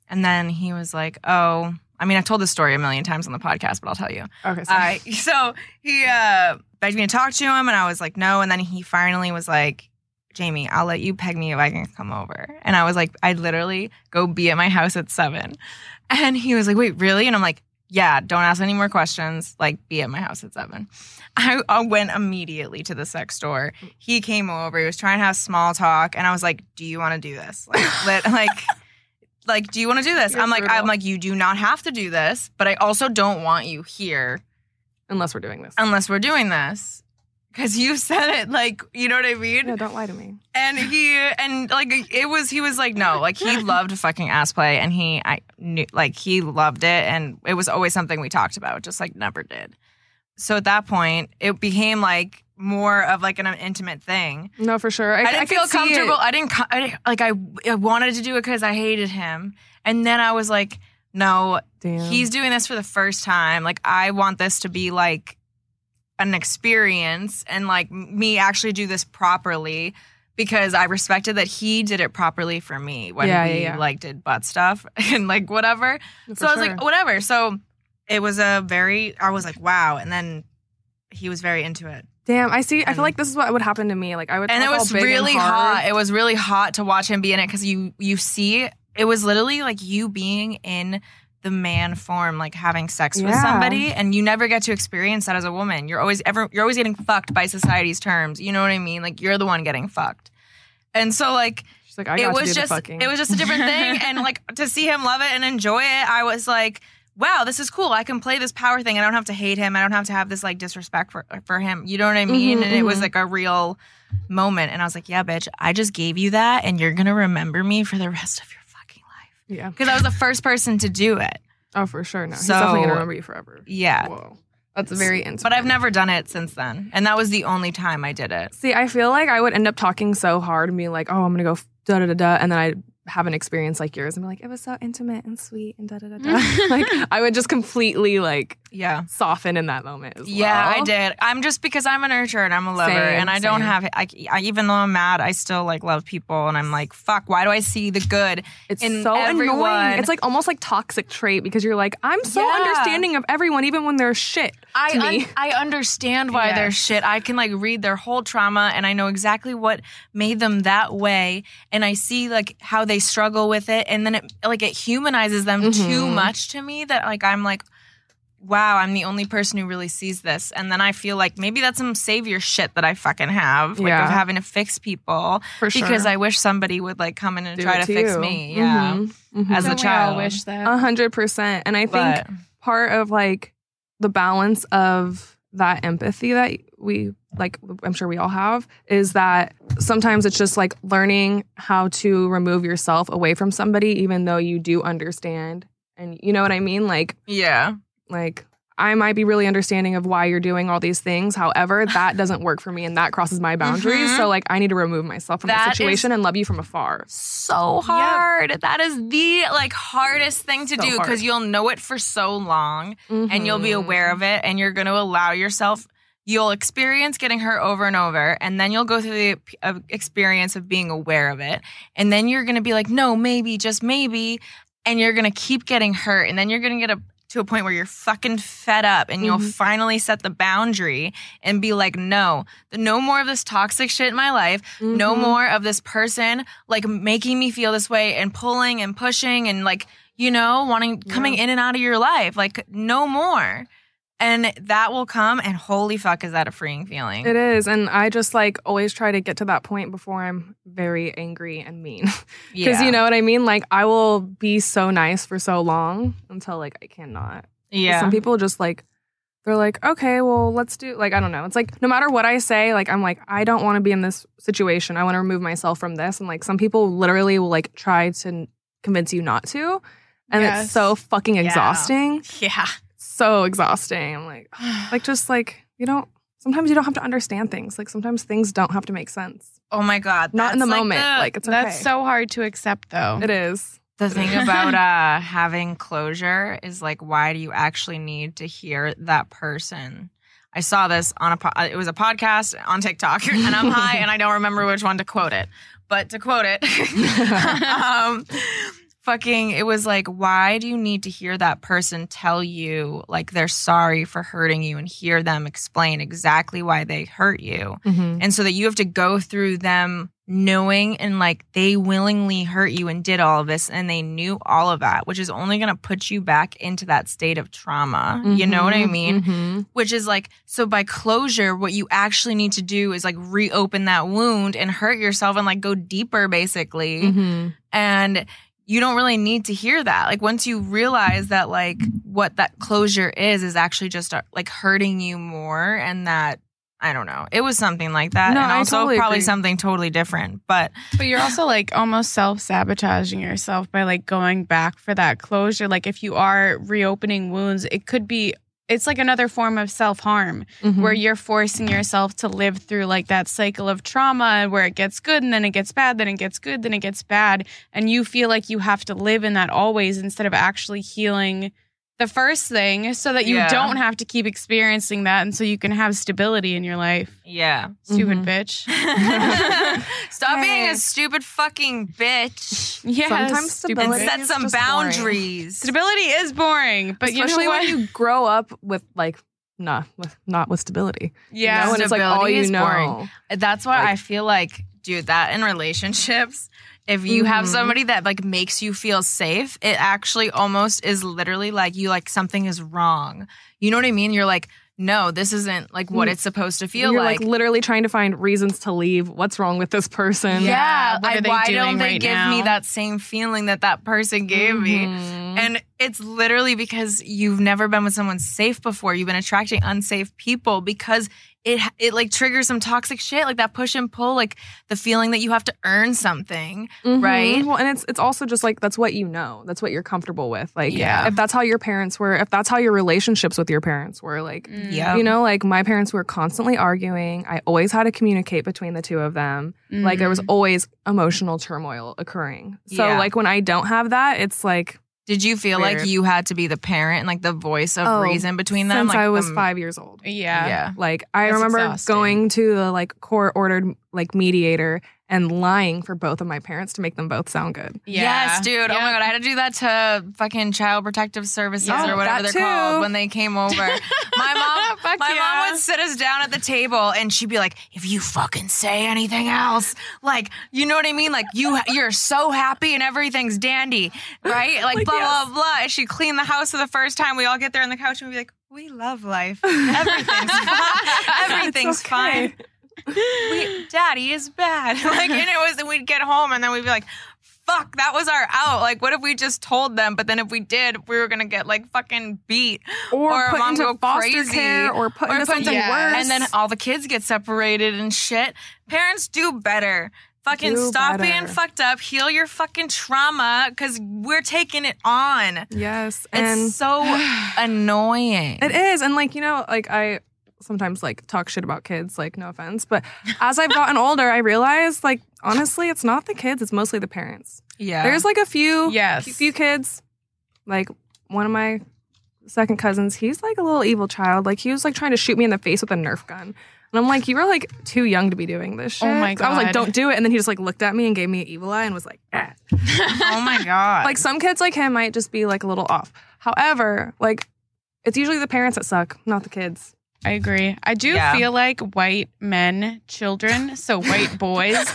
[SPEAKER 1] And then he was like, oh, I mean, I've told this story a million times on the podcast, but I'll tell you.
[SPEAKER 5] Okay, so
[SPEAKER 1] I so he uh, begged me to talk to him, and I was like, no. And then he finally was like, Jamie, I'll let you peg me if I can come over. And I was like, I literally go be at my house at seven. And he was like, wait, really? And I'm like, yeah, don't ask any more questions. Like, be at my house at seven. I, I went immediately to the sex store. He came over. He was trying to have small talk, and I was like, "Do you want to do this? Like, let, like, like, do you want to do this?"
[SPEAKER 5] You're
[SPEAKER 1] I'm like,
[SPEAKER 5] brutal.
[SPEAKER 1] "I'm like, you do not have to do this, but I also don't want you here
[SPEAKER 5] unless we're doing this,
[SPEAKER 1] unless we're doing this because you said it like you know what i mean
[SPEAKER 5] no, don't lie to me.
[SPEAKER 1] and he and like it was he was like no like he loved fucking ass play and he i knew like he loved it and it was always something we talked about just like never did so at that point it became like more of like an intimate thing
[SPEAKER 5] No, for sure. I,
[SPEAKER 1] I didn't
[SPEAKER 5] I could
[SPEAKER 1] feel
[SPEAKER 5] see it.
[SPEAKER 1] comfortable. I didn't, co- I didn't like. I, I wanted to do it because I hated him, and then I was like, "No,
[SPEAKER 5] Damn.
[SPEAKER 1] he's doing this for the first time. Like, I want this to be like an experience and like m- me actually do this properly because I respected that he did it properly for me when
[SPEAKER 5] Yeah,
[SPEAKER 1] we
[SPEAKER 5] yeah, yeah.
[SPEAKER 1] like did butt stuff and like whatever. so I was like, oh. whatever. So it was a very, I was like, wow. And then he was very into it.
[SPEAKER 5] Damn, I see. I
[SPEAKER 1] And-
[SPEAKER 5] feel like this is what would happen to me. Like I would,
[SPEAKER 1] and it
[SPEAKER 5] talk all
[SPEAKER 1] was
[SPEAKER 5] big and
[SPEAKER 1] really
[SPEAKER 5] hard.
[SPEAKER 1] hot. It was really hot to watch him be in it because you you see it was literally like you being in the man form, like having sex with
[SPEAKER 5] Yeah.
[SPEAKER 1] somebody, and you never get to experience that as a woman. You're always ever you're always getting fucked by society's terms. You know what I mean? Like you're the one getting fucked. And so like
[SPEAKER 5] She's like, I
[SPEAKER 1] it
[SPEAKER 5] got to do
[SPEAKER 1] was
[SPEAKER 5] the
[SPEAKER 1] just
[SPEAKER 5] fucking.
[SPEAKER 1] it was just a different thing. And like to see him love it and enjoy it, I was like, wow, this is cool. I can play this power thing. I don't have to hate him. I don't have to have this like disrespect for for him. You know what I mean?
[SPEAKER 5] Mhm,
[SPEAKER 1] and it was
[SPEAKER 5] mhm.
[SPEAKER 1] like a real moment. And I was like, yeah, bitch, I just gave you that, and you're gonna remember me for the rest of your fucking life
[SPEAKER 5] yeah.
[SPEAKER 1] because I was the first person to do it.
[SPEAKER 5] Oh, for sure. No, he's
[SPEAKER 1] So-
[SPEAKER 5] definitely gonna remember you forever.
[SPEAKER 1] Yeah.
[SPEAKER 5] Whoa, that's very intimate.
[SPEAKER 1] But I've never done it since then. And that was the only time I did it.
[SPEAKER 5] See, I feel like I would end up talking so hard and being like, "Oh, I'm gonna go da da da da," and then I would have an experience like yours and be like, "It was so intimate and sweet and da da da da." like I would just completely like
[SPEAKER 1] Yeah.
[SPEAKER 5] soften in that moment. As
[SPEAKER 1] Yeah,
[SPEAKER 5] well.
[SPEAKER 1] I did. I'm just because I'm a nurturer and I'm a lover,
[SPEAKER 5] Same,
[SPEAKER 1] and I don't
[SPEAKER 5] same.
[SPEAKER 1] have. I, I even though I'm mad, I still like love people, and I'm like, fuck. Why do I see the good?
[SPEAKER 5] It's
[SPEAKER 1] in
[SPEAKER 5] so
[SPEAKER 1] everyone.
[SPEAKER 5] annoying. It's like almost like toxic trait because you're like, I'm so
[SPEAKER 1] Yeah.
[SPEAKER 5] understanding of everyone, even when they're shit.
[SPEAKER 1] I
[SPEAKER 5] to me.
[SPEAKER 1] un- I understand why they're
[SPEAKER 5] Yes.
[SPEAKER 1] shit. I can like read their whole trauma, and I know exactly what made them that way, and I see like how they struggle with it, and then it like it humanizes them too
[SPEAKER 5] Mhm.
[SPEAKER 1] much to me that like I'm like. wow, I'm the only person who really sees this. And then I feel like maybe that's some savior shit that I fucking have, like
[SPEAKER 5] Yeah.
[SPEAKER 1] of having to fix people
[SPEAKER 5] for sure.
[SPEAKER 1] because I wish somebody would like come in and
[SPEAKER 5] Do
[SPEAKER 1] try to
[SPEAKER 5] it
[SPEAKER 1] fix
[SPEAKER 5] you.
[SPEAKER 1] me. Yeah.
[SPEAKER 5] Mhm. Mhm.
[SPEAKER 1] As a
[SPEAKER 3] Don't we all
[SPEAKER 1] child.
[SPEAKER 3] wish that.
[SPEAKER 5] A hundred percent. And I think
[SPEAKER 1] But
[SPEAKER 5] part of like the balance of that empathy that we like I'm sure we all have is that sometimes it's just like learning how to remove yourself away from somebody even though you do understand and you know what I mean like
[SPEAKER 1] yeah.
[SPEAKER 5] like I might be really understanding of why you're doing all these things however that doesn't work for me and that crosses my boundaries
[SPEAKER 1] Mhm.
[SPEAKER 5] so like I need to remove myself from
[SPEAKER 1] That
[SPEAKER 5] the
[SPEAKER 1] is-
[SPEAKER 5] situation and love you from afar
[SPEAKER 1] So hard. That is the like hardest thing to
[SPEAKER 5] So
[SPEAKER 1] do
[SPEAKER 5] hard.
[SPEAKER 1] because you'll know it for so long. and you'll be
[SPEAKER 5] Mhm.
[SPEAKER 1] aware of it and you're going to allow yourself you'll experience getting hurt over and over and then you'll go through the p- uh, experience of being aware of it and then you're going to be like no maybe just maybe and you're going to keep getting hurt and then you're going to get a to a point where you're fucking fed up and you'll
[SPEAKER 5] Mhm.
[SPEAKER 1] finally set the boundary and be like no no more of this toxic shit in my life no
[SPEAKER 5] Mhm.
[SPEAKER 1] more of this person like making me feel this way and pulling and pushing and like you know wanting coming in and out of your life like no more and that will come and holy fuck is that a freeing feeling
[SPEAKER 5] It is. And I just like always try to get to that point before I'm very angry and mean. Because you know what I mean? Like I will be so nice for so long until like I cannot. 'Cause
[SPEAKER 1] yeah
[SPEAKER 5] Some people just like, they're like, okay, well, let's do, like, I don't know. It's like, no matter what I say, like, I'm like, I don't want to be in this situation. I want to remove myself from this. And like, some people literally will like try to n- convince you not to. And
[SPEAKER 3] Yes.
[SPEAKER 5] it's so fucking exhausting.
[SPEAKER 1] yeah
[SPEAKER 5] So exhausting. I'm like, Uh, like just like you don't sometimes you don't have to understand things like sometimes things don't have to make sense
[SPEAKER 1] oh my god
[SPEAKER 5] not in the
[SPEAKER 1] that's like
[SPEAKER 5] moment
[SPEAKER 1] the-
[SPEAKER 5] like it's okay
[SPEAKER 3] That's so hard to accept, though.
[SPEAKER 5] it is
[SPEAKER 1] The thing about uh, having closure is like, why do you actually need to hear that person? I saw this on a po- uh, it was a podcast on TikTok, and I'm high, and I don't remember which one to quote it, but to quote it, um, fucking, it was like, why do you need to hear that person tell you like they're sorry for hurting you, and hear them explain exactly why they hurt you? And so that you have to go through them knowing and like they willingly hurt you and did all of this and they knew all of that, which is only going to put you back into that state of trauma. You know what I
[SPEAKER 5] Mhm,
[SPEAKER 1] mean?
[SPEAKER 5] mhm.
[SPEAKER 1] Which is like, so by closure, what you actually need to do is like reopen that wound and hurt yourself and like go deeper basically
[SPEAKER 5] Mhm.
[SPEAKER 1] and you don't really need to hear that like once you realize that like what that closure is is actually just uh, like hurting you more and that i don't know it was something like that
[SPEAKER 5] No,
[SPEAKER 1] and
[SPEAKER 5] I
[SPEAKER 1] also
[SPEAKER 5] totally
[SPEAKER 1] probably
[SPEAKER 5] agree.
[SPEAKER 1] something totally different but
[SPEAKER 3] But you're also like almost self sabotaging yourself by like going back for that closure. Like if you are reopening wounds, it could be. It's like another form of self harm
[SPEAKER 5] Mhm.
[SPEAKER 1] Mm-hmm.
[SPEAKER 3] where you're forcing yourself to live through like that cycle of trauma where it gets good and then it gets bad, then it gets good, then it gets bad. And you feel like you have to live in that always instead of actually healing the first thing so that you
[SPEAKER 1] Yeah.
[SPEAKER 3] don't have to keep experiencing that. And so you can have stability in your life.
[SPEAKER 1] yeah
[SPEAKER 3] Stupid
[SPEAKER 1] Mm-hmm.
[SPEAKER 5] Mhm.
[SPEAKER 3] bitch.
[SPEAKER 1] stop being
[SPEAKER 5] Hey.
[SPEAKER 1] a stupid fucking bitch
[SPEAKER 3] Yeah.
[SPEAKER 5] Sometimes
[SPEAKER 1] and
[SPEAKER 5] Well,
[SPEAKER 1] set
[SPEAKER 5] it's
[SPEAKER 1] some
[SPEAKER 5] just boring.
[SPEAKER 1] boundaries
[SPEAKER 3] Stability is boring, but
[SPEAKER 5] especially
[SPEAKER 3] you know what?
[SPEAKER 5] when you grow up with like nah with, not with stability
[SPEAKER 3] yeah,
[SPEAKER 5] you know?
[SPEAKER 1] when
[SPEAKER 5] and it's like all
[SPEAKER 1] stability
[SPEAKER 5] you
[SPEAKER 1] is
[SPEAKER 5] know
[SPEAKER 1] boring. That's why
[SPEAKER 5] Like-
[SPEAKER 1] I feel like, dude, that in relationships, if you have
[SPEAKER 3] Mm-hmm.
[SPEAKER 5] Mhm.
[SPEAKER 1] somebody that like makes you feel safe, it actually almost is literally like you like something is wrong. You know what I mean? You're like, no, this isn't like what
[SPEAKER 5] Mm.
[SPEAKER 1] it's supposed to feel
[SPEAKER 5] you're like,
[SPEAKER 1] like.
[SPEAKER 5] literally trying to find reasons to leave what's wrong with this person
[SPEAKER 1] yeah,
[SPEAKER 3] Yeah, what
[SPEAKER 1] I-
[SPEAKER 3] are they
[SPEAKER 1] why
[SPEAKER 3] doing
[SPEAKER 1] don't they
[SPEAKER 3] right
[SPEAKER 1] give me
[SPEAKER 3] now? Mm-hmm.
[SPEAKER 1] that same feeling that that person gave me?
[SPEAKER 5] Mhm.
[SPEAKER 1] And it's literally because you've never been with someone safe before. You've been attracting unsafe people because it it like triggers some toxic shit, like that push and pull, like the feeling that you have to earn something,
[SPEAKER 5] Mhm.
[SPEAKER 1] right?
[SPEAKER 5] Well, and it's it's also just like that's what you know. That's what you're comfortable with. Like
[SPEAKER 3] Yeah.
[SPEAKER 5] if that's how your parents were, if that's how your relationships with your parents were, like
[SPEAKER 3] Mm.
[SPEAKER 1] Yeah.
[SPEAKER 5] you know, like my parents were constantly arguing. I always had to communicate between the two of them. Like
[SPEAKER 3] Mm.
[SPEAKER 5] there was
[SPEAKER 1] Mm-hmm.
[SPEAKER 5] always emotional turmoil occurring. So
[SPEAKER 1] Yeah.
[SPEAKER 5] like when I don't have that, it's like
[SPEAKER 1] Did you feel like
[SPEAKER 5] Weird.
[SPEAKER 1] you had to be the parent and like the voice of
[SPEAKER 5] Oh,
[SPEAKER 1] reason between them?
[SPEAKER 5] since
[SPEAKER 1] like um,
[SPEAKER 5] I was
[SPEAKER 1] the-
[SPEAKER 5] five years old.
[SPEAKER 3] yeah.
[SPEAKER 1] Yeah.
[SPEAKER 5] Like I
[SPEAKER 3] That's
[SPEAKER 5] remember
[SPEAKER 3] exhausting.
[SPEAKER 5] going to the like court ordered like mediator and lying for both of my parents to make them both sound good.
[SPEAKER 1] Yes, dude. Oh my god, I had to do that to fucking child protective services
[SPEAKER 5] Yeah.
[SPEAKER 1] or
[SPEAKER 5] Oh,
[SPEAKER 1] whatever they're
[SPEAKER 5] that
[SPEAKER 1] called
[SPEAKER 5] too.
[SPEAKER 1] when they came over. my mom,
[SPEAKER 3] Fuck
[SPEAKER 1] my mom
[SPEAKER 3] yeah.
[SPEAKER 1] would sit us down at the table and she'd be like, "If you fucking say anything else, like, you know what I mean? Like, you you're so happy and everything's dandy, right? Like, blah blah blah." And she cleaned the house for the first time. We all get there on the couch and we'd be like. We love life. Everything's fine. Everything's fine
[SPEAKER 5] okay.
[SPEAKER 1] we, daddy is bad. Like, and it was, and we'd get home and then we'd be like, fuck, that was our out. Like, what if we just told them? But then if we did, we were going to get like fucking beat
[SPEAKER 5] Or, put
[SPEAKER 1] mom
[SPEAKER 5] into
[SPEAKER 1] go
[SPEAKER 5] foster
[SPEAKER 1] crazy.
[SPEAKER 5] care or put into something
[SPEAKER 1] yeah.
[SPEAKER 5] worse.
[SPEAKER 1] And then all the kids get separated and shit. Parents do better. Fucking
[SPEAKER 5] Do
[SPEAKER 1] stop
[SPEAKER 5] better.
[SPEAKER 1] being fucked up. Heal your fucking trauma because we're taking it on.
[SPEAKER 5] yes, and
[SPEAKER 1] It's so annoying.
[SPEAKER 5] It is. And like, you know, like I sometimes like talk shit about kids, like no offense, but as I've gotten older, I realize like honestly, it's not the kids, it's mostly the parents.
[SPEAKER 1] yeah.
[SPEAKER 5] There's like a few
[SPEAKER 2] Yes.
[SPEAKER 5] few kids. Like one of my second cousins, he's like a little evil child. Like he was like trying to shoot me in the face with a Nerf gun. And I'm like, you were like too young to be doing this shit.
[SPEAKER 3] Oh my
[SPEAKER 5] I was like,
[SPEAKER 3] God.
[SPEAKER 5] don't do it. And then he just like looked at me and gave me an evil eye and was like, "Ah."
[SPEAKER 1] oh my God.
[SPEAKER 5] Like some kids like him might just be like a little off. However, like it's usually the parents that suck, not the kids.
[SPEAKER 3] I agree. I do
[SPEAKER 1] Yeah.
[SPEAKER 3] feel like white men, children, so white boys,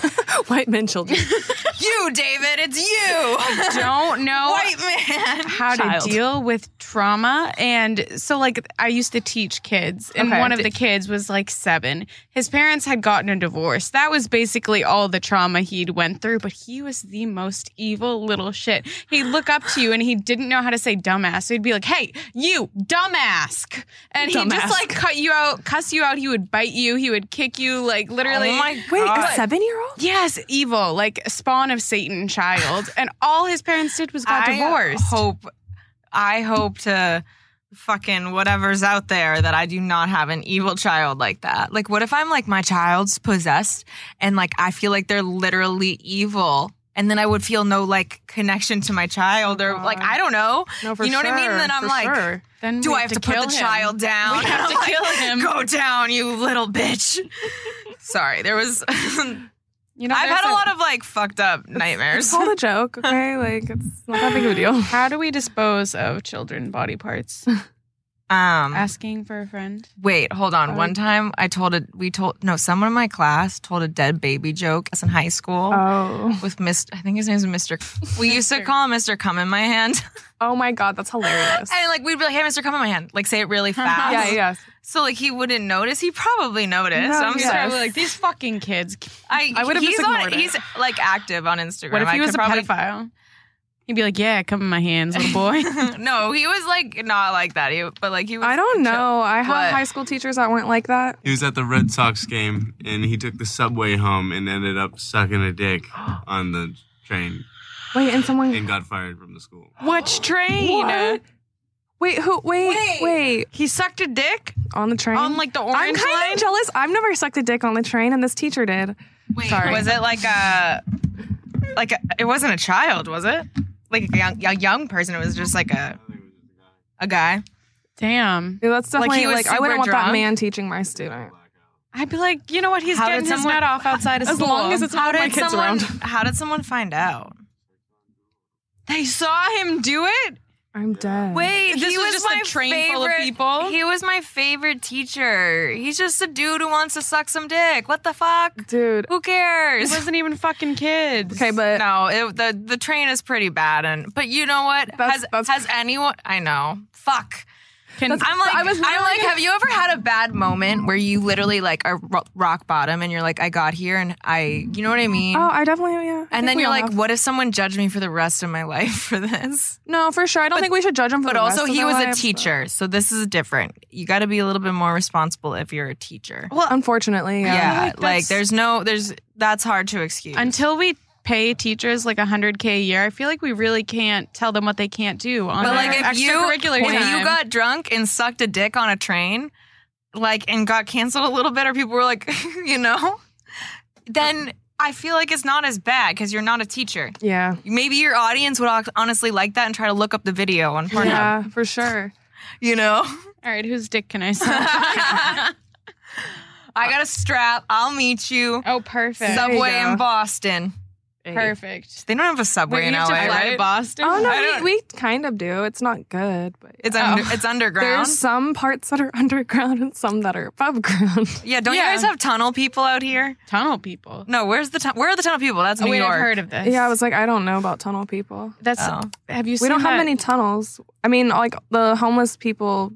[SPEAKER 5] White men children.
[SPEAKER 1] you, David, it's you.
[SPEAKER 3] don't know
[SPEAKER 1] White man.
[SPEAKER 3] how
[SPEAKER 5] child.
[SPEAKER 3] to deal with trauma. And so, like, I used to teach kids, and
[SPEAKER 5] Okay.
[SPEAKER 3] one of the kids was like seven. His parents had gotten a divorce. That was basically all the trauma he'd went through. But he was the most evil little shit. He'd look up to you, and he didn't know how to say dumbass. So he'd be like, "Hey, you dumbass," and he'd
[SPEAKER 5] Dumbass.
[SPEAKER 3] just like cut you out, cuss you out. He would bite you. He would kick you. Like literally.
[SPEAKER 1] Oh my
[SPEAKER 5] Wait,
[SPEAKER 1] God.
[SPEAKER 5] a seven year old?
[SPEAKER 3] Yes, evil, like spawn of Satan child. And all his parents did was got
[SPEAKER 1] I
[SPEAKER 3] divorced.
[SPEAKER 1] Hope I hope to fucking whatever's out there that I do not have an evil child like that. Like what if I'm like my child's possessed and like I feel like they're literally evil and then I would feel no like connection to my child or like I don't know.
[SPEAKER 5] No,
[SPEAKER 1] you know what I mean? And then I'm like
[SPEAKER 3] Then
[SPEAKER 1] do
[SPEAKER 3] Oh we
[SPEAKER 1] I have to, put
[SPEAKER 3] kill
[SPEAKER 1] the
[SPEAKER 3] him.
[SPEAKER 1] child down?
[SPEAKER 3] We have
[SPEAKER 1] I'm
[SPEAKER 3] to
[SPEAKER 1] like,
[SPEAKER 3] kill him.
[SPEAKER 1] Go down, you little bitch. Sorry, there was.
[SPEAKER 3] You know,
[SPEAKER 1] I've
[SPEAKER 3] there's
[SPEAKER 1] had a lot of like fucked up nightmares.
[SPEAKER 5] it's all a joke, okay? Like it's not that big of a deal.
[SPEAKER 3] How do we dispose of children body parts?
[SPEAKER 1] Um,
[SPEAKER 3] Asking for a friend.
[SPEAKER 1] Wait, hold on. One time I told a we told no, someone in my class told a dead baby joke as in high school
[SPEAKER 5] Oh.
[SPEAKER 1] with Mr. I think his name is Mr. We used to call him Mr. Come in my hand.
[SPEAKER 5] Oh my god, that's hilarious.
[SPEAKER 1] And like we'd be like, "Hey, Mr. Come in my hand." Like say it really fast.
[SPEAKER 5] yeah, yes.
[SPEAKER 1] So like he wouldn't notice. He probably noticed.
[SPEAKER 5] No,
[SPEAKER 1] I'm
[SPEAKER 5] yes.
[SPEAKER 1] sorry.
[SPEAKER 3] Probably like these fucking kids.
[SPEAKER 1] I,
[SPEAKER 5] I would've
[SPEAKER 1] he's
[SPEAKER 5] just
[SPEAKER 1] on,
[SPEAKER 5] ignored it.
[SPEAKER 1] he's like active on Instagram.
[SPEAKER 3] What if
[SPEAKER 1] I
[SPEAKER 3] he was
[SPEAKER 1] could
[SPEAKER 3] a
[SPEAKER 1] probably,
[SPEAKER 3] pedophile? He'd be like, "Yeah, come in my hands, little boy."
[SPEAKER 1] no, he was like not like that. He, but like he was
[SPEAKER 5] I don't know. I had
[SPEAKER 1] What?
[SPEAKER 5] high school teachers that weren't like that.
[SPEAKER 6] He was at the Red Sox game and he took the subway home and ended up sucking a dick on the train
[SPEAKER 5] Wait, and someone
[SPEAKER 6] and got fired from the school.
[SPEAKER 3] Watch train.
[SPEAKER 5] What? Wait, who wait, wait,
[SPEAKER 3] He sucked a dick
[SPEAKER 5] On the train?
[SPEAKER 3] on like the
[SPEAKER 5] I'm
[SPEAKER 3] orange
[SPEAKER 5] kind
[SPEAKER 3] line.
[SPEAKER 5] of jealous. I've never sucked a dick on the train and this teacher did.
[SPEAKER 1] Wait,
[SPEAKER 5] Sorry.
[SPEAKER 1] was it like a like a, it wasn't a child, was it? Like a young, a young person. It was just like a a guy.
[SPEAKER 3] Damn.
[SPEAKER 5] Yeah, that's
[SPEAKER 1] Like, he
[SPEAKER 5] definitely
[SPEAKER 1] was
[SPEAKER 5] like, I wouldn't
[SPEAKER 1] super
[SPEAKER 5] want that
[SPEAKER 1] drunk?
[SPEAKER 5] man teaching my student.
[SPEAKER 3] I'd be like, you know what? He's
[SPEAKER 1] How
[SPEAKER 3] getting
[SPEAKER 1] did
[SPEAKER 3] his
[SPEAKER 1] someone-
[SPEAKER 3] nut off outside of
[SPEAKER 5] As
[SPEAKER 3] school.
[SPEAKER 5] long as it's not my kids
[SPEAKER 1] someone,
[SPEAKER 5] around.
[SPEAKER 1] How did someone find out?
[SPEAKER 3] They saw him do it.
[SPEAKER 5] I'm dead.
[SPEAKER 1] Wait,
[SPEAKER 3] This
[SPEAKER 1] he
[SPEAKER 3] was
[SPEAKER 1] was
[SPEAKER 3] just a
[SPEAKER 1] my
[SPEAKER 3] train
[SPEAKER 1] favorite,
[SPEAKER 3] full of people?
[SPEAKER 1] He was my favorite teacher. He's just a dude who wants to suck some dick. What the fuck?
[SPEAKER 5] Dude.
[SPEAKER 1] Who
[SPEAKER 3] It
[SPEAKER 1] cares?
[SPEAKER 3] wasn't even fucking kids.
[SPEAKER 5] Okay, but
[SPEAKER 1] no, it, the the train is pretty bad, and but you know what?
[SPEAKER 5] That's-
[SPEAKER 1] has
[SPEAKER 5] that's-
[SPEAKER 1] has anyone? I know. Fuck.
[SPEAKER 3] Can,
[SPEAKER 1] I'm like, I
[SPEAKER 5] I was
[SPEAKER 1] am like,
[SPEAKER 5] literally-
[SPEAKER 1] have you ever had a bad moment where you literally like are ro- rock bottom and you're like, I got here and I, you know what I mean?
[SPEAKER 5] Oh, I definitely yeah. I think
[SPEAKER 1] and then
[SPEAKER 5] we
[SPEAKER 1] you're
[SPEAKER 5] all
[SPEAKER 1] like,
[SPEAKER 5] have-
[SPEAKER 1] what if someone judged me for the rest of my life for this?
[SPEAKER 5] no, for sure. I don't think we should judge him for
[SPEAKER 1] But
[SPEAKER 5] the
[SPEAKER 1] also,
[SPEAKER 5] rest of
[SPEAKER 1] he
[SPEAKER 5] their
[SPEAKER 1] was
[SPEAKER 5] lives,
[SPEAKER 1] a
[SPEAKER 5] but-
[SPEAKER 1] teacher, so this is different. You got to be a little bit more responsible if you're a teacher.
[SPEAKER 5] Well, unfortunately, Oh, yeah.
[SPEAKER 1] yeah,
[SPEAKER 3] like,
[SPEAKER 1] like,
[SPEAKER 3] that's-
[SPEAKER 1] there's no, there's that's hard to excuse.
[SPEAKER 3] until we pay teachers like 100k a year, I feel like we really can't tell them what they can't do on
[SPEAKER 1] but
[SPEAKER 3] their
[SPEAKER 1] like if you
[SPEAKER 3] extracurricular
[SPEAKER 1] if
[SPEAKER 3] time.
[SPEAKER 1] you got drunk and sucked a dick on a train, like and got canceled a little bit, or people were like, you know, then I feel like it's not as bad because you're not a teacher.
[SPEAKER 5] Yeah.
[SPEAKER 1] Maybe your audience would hon- honestly like that and try to look up the video on Pornhub.
[SPEAKER 5] Yeah, for sure.
[SPEAKER 1] You know,
[SPEAKER 3] all right, whose dick can I suck?
[SPEAKER 1] I got a strap. I'll meet you.
[SPEAKER 2] Oh, perfect.
[SPEAKER 5] Sub-
[SPEAKER 1] Subway
[SPEAKER 5] go.
[SPEAKER 1] in Boston.
[SPEAKER 2] perfect.
[SPEAKER 1] They don't have a subway
[SPEAKER 3] Wait,
[SPEAKER 1] in
[SPEAKER 3] you have to
[SPEAKER 1] LA,
[SPEAKER 3] fly
[SPEAKER 1] right?
[SPEAKER 3] to Boston?
[SPEAKER 5] Oh
[SPEAKER 1] I
[SPEAKER 5] no,
[SPEAKER 1] don't-
[SPEAKER 5] we, we kind of do. It's not good, but
[SPEAKER 1] It's
[SPEAKER 5] yeah.
[SPEAKER 3] Oh.
[SPEAKER 1] under, it's underground.
[SPEAKER 5] There's some parts that are underground and some that are above ground.
[SPEAKER 1] yeah, don't
[SPEAKER 3] Yeah.
[SPEAKER 1] you guys have tunnel people out here?
[SPEAKER 3] Tunnel people.
[SPEAKER 1] No, where's the tun- where are the tunnel people? That's
[SPEAKER 2] Oh,
[SPEAKER 1] New
[SPEAKER 2] wait,
[SPEAKER 1] York.
[SPEAKER 2] I've heard of this.
[SPEAKER 5] yeah, I was like, I don't know about tunnel people.
[SPEAKER 3] That's
[SPEAKER 1] Oh.
[SPEAKER 3] have you seen
[SPEAKER 5] We don't
[SPEAKER 3] that?
[SPEAKER 5] have many tunnels. I mean, like the homeless people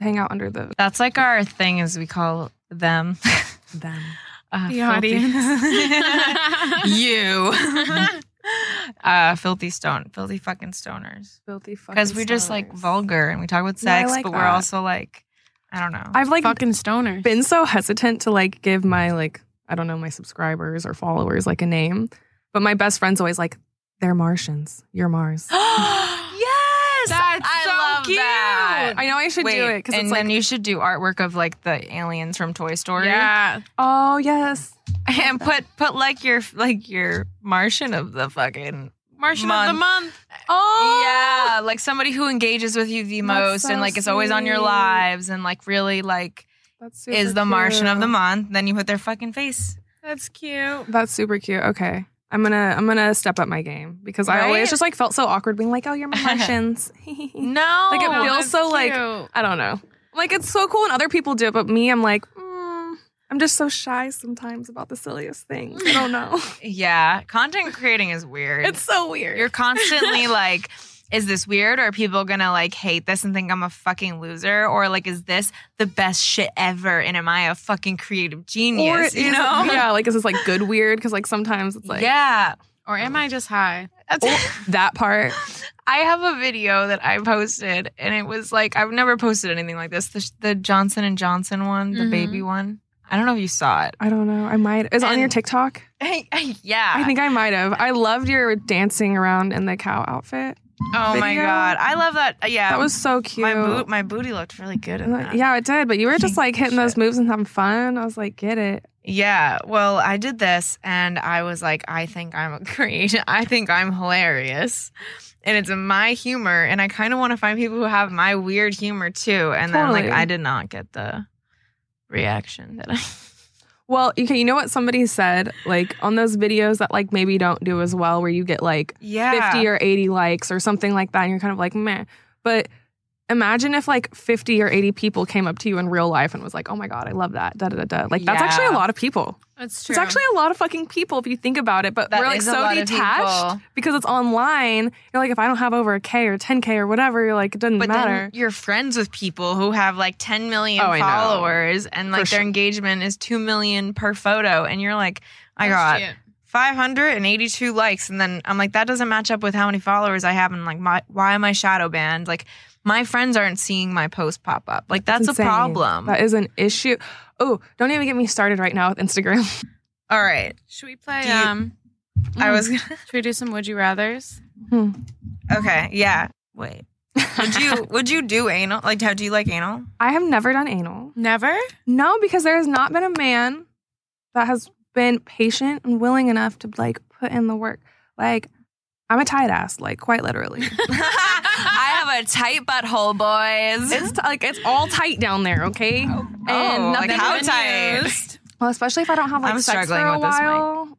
[SPEAKER 5] hang out under the
[SPEAKER 1] That's like our thing is we call them
[SPEAKER 5] them.
[SPEAKER 1] uh,
[SPEAKER 3] the
[SPEAKER 1] filthy-
[SPEAKER 3] audience.
[SPEAKER 1] you. uh, filthy stone, filthy fucking stoners.
[SPEAKER 5] Filthy fucking.
[SPEAKER 1] Because we're just like
[SPEAKER 5] stoners.
[SPEAKER 1] vulgar and we talk about
[SPEAKER 5] Yeah, I
[SPEAKER 1] sex,
[SPEAKER 5] like
[SPEAKER 1] but we're
[SPEAKER 5] that.
[SPEAKER 1] also like, I don't know.
[SPEAKER 5] I've like
[SPEAKER 3] Fucking stoners.
[SPEAKER 5] been so hesitant to like give my like I don't know my subscribers or followers like a name, but my best friend's always like they're Martians. You're Mars.
[SPEAKER 1] yes,
[SPEAKER 3] That's
[SPEAKER 1] I
[SPEAKER 3] so
[SPEAKER 1] love
[SPEAKER 3] cute.
[SPEAKER 1] that.
[SPEAKER 5] I know I should
[SPEAKER 1] Wait,
[SPEAKER 5] do it because
[SPEAKER 1] and
[SPEAKER 5] it's like
[SPEAKER 1] then you should do artwork of like the aliens from Toy Story.
[SPEAKER 3] yeah.
[SPEAKER 5] oh yes,
[SPEAKER 1] and put put like your like your Martian of the fucking
[SPEAKER 3] Martian of the
[SPEAKER 1] Month.
[SPEAKER 3] month.
[SPEAKER 5] Oh,
[SPEAKER 1] yeah, like somebody who engages with you the
[SPEAKER 5] That's
[SPEAKER 1] most
[SPEAKER 5] so
[SPEAKER 1] and like is always on your
[SPEAKER 5] sweet.
[SPEAKER 1] lives and like really like
[SPEAKER 5] that's super
[SPEAKER 1] is the Martian of the
[SPEAKER 5] cute.
[SPEAKER 1] month. Then you put their fucking face.
[SPEAKER 3] That's cute.
[SPEAKER 5] That's super cute. Okay. I'm gonna I'm gonna step up my game because I
[SPEAKER 1] Right?
[SPEAKER 5] always just like felt so awkward being like, oh, you're my Martians.
[SPEAKER 1] No,
[SPEAKER 5] Like, it
[SPEAKER 3] Oh,
[SPEAKER 5] feels
[SPEAKER 3] that's
[SPEAKER 5] so, like-
[SPEAKER 3] cute.
[SPEAKER 5] I don't know. Like it's so cool when other people do it, but me, I'm like, mm, I'm just so shy sometimes about the silliest things. I don't know.
[SPEAKER 1] yeah. Content creating is weird.
[SPEAKER 5] it's so weird.
[SPEAKER 1] You're constantly like, is this weird? Or are people gonna like hate this and think I'm a fucking loser? Or like, is this the best shit ever? And am I a fucking creative genius?
[SPEAKER 5] Or-
[SPEAKER 1] you know?
[SPEAKER 5] yeah, like is this like good weird? Because like sometimes it's like
[SPEAKER 1] yeah.
[SPEAKER 3] Or am I just high?
[SPEAKER 5] that part.
[SPEAKER 1] I have a video that I posted, and it was like I've never posted anything like this. The, the Johnson and Johnson one, the
[SPEAKER 3] Mhm.
[SPEAKER 1] baby one. I don't know if you saw it.
[SPEAKER 5] I don't know. I might. Is it on
[SPEAKER 1] And-
[SPEAKER 5] your TikTok?
[SPEAKER 1] yeah.
[SPEAKER 5] I think I might have. I loved your dancing around in the cow outfit.
[SPEAKER 1] oh my
[SPEAKER 5] video-
[SPEAKER 1] god, I love that. Uh, Yeah,
[SPEAKER 5] That was so cute.
[SPEAKER 1] my boot. My booty looked really good in
[SPEAKER 5] And like,
[SPEAKER 1] that.
[SPEAKER 5] Yeah, it did. But you were just like hitting those
[SPEAKER 1] Shit.
[SPEAKER 5] moves and having fun. I was like, get it.
[SPEAKER 1] Yeah, well, I did this and I was like, I think I'm a creative. I think I'm hilarious. And it's my humor. And I kind of want to find people who have my weird humor too. And then, like,
[SPEAKER 5] Totally.
[SPEAKER 1] I did not get the reaction that I.
[SPEAKER 5] Well, okay, you know what somebody said? Like on those videos that like maybe don't do as well, where you get like
[SPEAKER 1] Yeah.
[SPEAKER 5] 50 or 80 likes or something like that, and you're kind of like, meh. But imagine if like 50 or 80 people came up to you in real life and was like, oh my God, I love that. Da da da da. Like that's
[SPEAKER 1] Yeah.
[SPEAKER 5] actually a lot of people.
[SPEAKER 3] That's
[SPEAKER 5] It's actually a lot of fucking people if you think about it. But
[SPEAKER 1] That
[SPEAKER 5] we're like
[SPEAKER 1] is a
[SPEAKER 5] so
[SPEAKER 1] lot of
[SPEAKER 5] detached
[SPEAKER 1] people.
[SPEAKER 5] because it's online. You're like, if I don't have over a K or 10K or whatever, you're like, it doesn't
[SPEAKER 1] But
[SPEAKER 5] matter.
[SPEAKER 1] then you're friends with people who have like 10 million
[SPEAKER 5] Oh, I know.
[SPEAKER 1] followers and like
[SPEAKER 5] For
[SPEAKER 1] their
[SPEAKER 5] sure.
[SPEAKER 1] engagement is 2 million per photo. And you're like, I got 582 likes and then i'm like that doesn't match up with how many followers i have and like my, why am i shadow banned like my friends aren't seeing my post pop up like that's a
[SPEAKER 5] Insane.
[SPEAKER 1] problem
[SPEAKER 5] That is an issue. Oh, don't even get me started right now with Instagram.
[SPEAKER 1] all right
[SPEAKER 3] Should we play?
[SPEAKER 1] Do you-
[SPEAKER 3] um,
[SPEAKER 1] i
[SPEAKER 3] mm,
[SPEAKER 1] was
[SPEAKER 3] Should we do some would you rather's?
[SPEAKER 1] okay yeah wait would you would you do anal like how do you like anal
[SPEAKER 5] I have never done anal.
[SPEAKER 3] Never.
[SPEAKER 5] No, because there has not been a man that has been patient and willing enough to like put in the work. Like, I'm a tight ass, like quite literally.
[SPEAKER 1] i have a tight butthole boys
[SPEAKER 5] it's t- like it's all tight down there, okay? and
[SPEAKER 1] Oh, like
[SPEAKER 5] nothing
[SPEAKER 1] how
[SPEAKER 5] been
[SPEAKER 1] tight
[SPEAKER 5] Well, especially if I don't have like
[SPEAKER 1] I'm
[SPEAKER 5] sex for
[SPEAKER 1] struggling
[SPEAKER 5] a
[SPEAKER 1] with this mic.
[SPEAKER 5] while.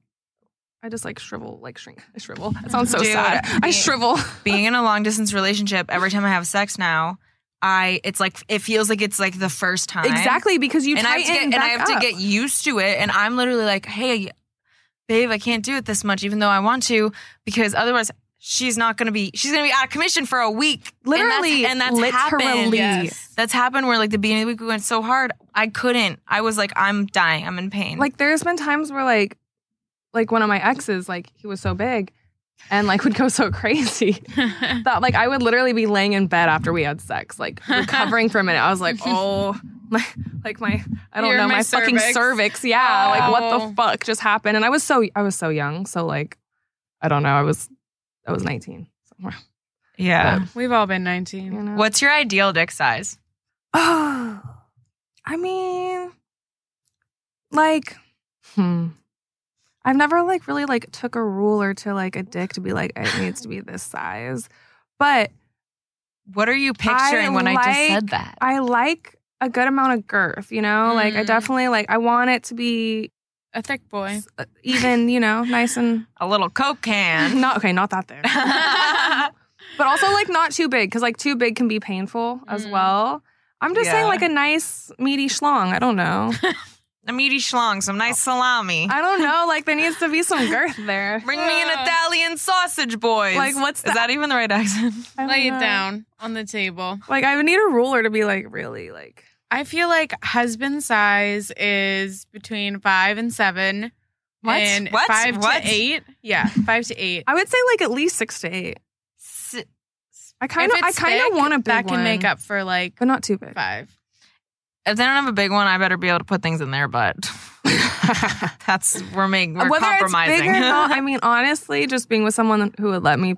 [SPEAKER 5] I just like shrivel, like shrink, I shrivel. It sounds so
[SPEAKER 1] Dude,
[SPEAKER 5] sad. I
[SPEAKER 1] me-
[SPEAKER 5] shrivel.
[SPEAKER 1] being in a long distance relationship every time i have sex now i it's like it feels like it's like the first time
[SPEAKER 5] Exactly because you
[SPEAKER 1] and I have to
[SPEAKER 5] tighten
[SPEAKER 1] get, and I have
[SPEAKER 5] back
[SPEAKER 1] to
[SPEAKER 5] up.
[SPEAKER 1] get used to it. And I'm literally like, hey, babe, I can't do it this much, even though I want to, because otherwise she's not gonna be she's gonna be out of commission for a week.
[SPEAKER 5] Literally,
[SPEAKER 1] and that's, and that's happened.
[SPEAKER 5] literally.
[SPEAKER 1] That's happened where like the beginning of the week we went so hard, I couldn't. I was like, I'm dying. I'm in pain.
[SPEAKER 5] like there's been times where like like one of my exes like he was so big and like would go so crazy that like i would literally be laying in bed after we had sex like recovering for a minute i was like oh my, like my i don't
[SPEAKER 3] You're
[SPEAKER 5] know
[SPEAKER 3] my
[SPEAKER 5] my, fucking
[SPEAKER 3] cervix.
[SPEAKER 5] cervix yeah like what
[SPEAKER 3] Oh.
[SPEAKER 5] the fuck just happened and i was so i was so young so like i don't know i was i was 19 somewhere
[SPEAKER 1] yeah.
[SPEAKER 3] We've all been 19.
[SPEAKER 5] you know
[SPEAKER 1] What's your ideal dick size?
[SPEAKER 5] Oh, I mean, like, hmm. I've never like really like took a ruler to like a dick to be like it needs to be this size, but
[SPEAKER 1] What are you picturing when I just
[SPEAKER 5] like-
[SPEAKER 1] said that?
[SPEAKER 5] I like a good amount of girth, you know? Like I
[SPEAKER 1] Mm.
[SPEAKER 5] definitely like I want it to be
[SPEAKER 3] A thick boy.
[SPEAKER 5] s- even, you know, nice and
[SPEAKER 1] A little Coke can.
[SPEAKER 5] not okay, not that there. but also like not too big cuz like too big can be painful as
[SPEAKER 1] Mm.
[SPEAKER 5] well. I'm just saying
[SPEAKER 1] Yeah.
[SPEAKER 5] like a nice meaty schlong, I don't know.
[SPEAKER 1] a meaty schlong, some nice salami.
[SPEAKER 5] I don't know, like there needs to be some girth there.
[SPEAKER 1] Bring me an Italian sausage, boys.
[SPEAKER 5] Like, what's
[SPEAKER 1] Is that even the right accent?
[SPEAKER 5] I don't
[SPEAKER 3] Lay
[SPEAKER 5] know.
[SPEAKER 3] it down on the table.
[SPEAKER 5] Like I would need a ruler to be like really like
[SPEAKER 3] I feel like husband size is between five and seven.
[SPEAKER 1] What?
[SPEAKER 3] And
[SPEAKER 1] What?
[SPEAKER 3] Five
[SPEAKER 1] What?
[SPEAKER 3] to eight. Yeah, five to eight.
[SPEAKER 5] I would say like at least 6 to 8.
[SPEAKER 1] S-
[SPEAKER 5] I kind of
[SPEAKER 3] If
[SPEAKER 5] I
[SPEAKER 3] it's
[SPEAKER 5] kind
[SPEAKER 3] thick,
[SPEAKER 5] of want a big
[SPEAKER 3] that can
[SPEAKER 5] one,
[SPEAKER 3] make up for like
[SPEAKER 5] but not too big.
[SPEAKER 3] five.
[SPEAKER 1] If they don't have a big one, I better be able to put things in their butt. That's we're making we're
[SPEAKER 5] Whether
[SPEAKER 1] compromising.
[SPEAKER 5] It's big or not, I mean, honestly, just being with someone who would let me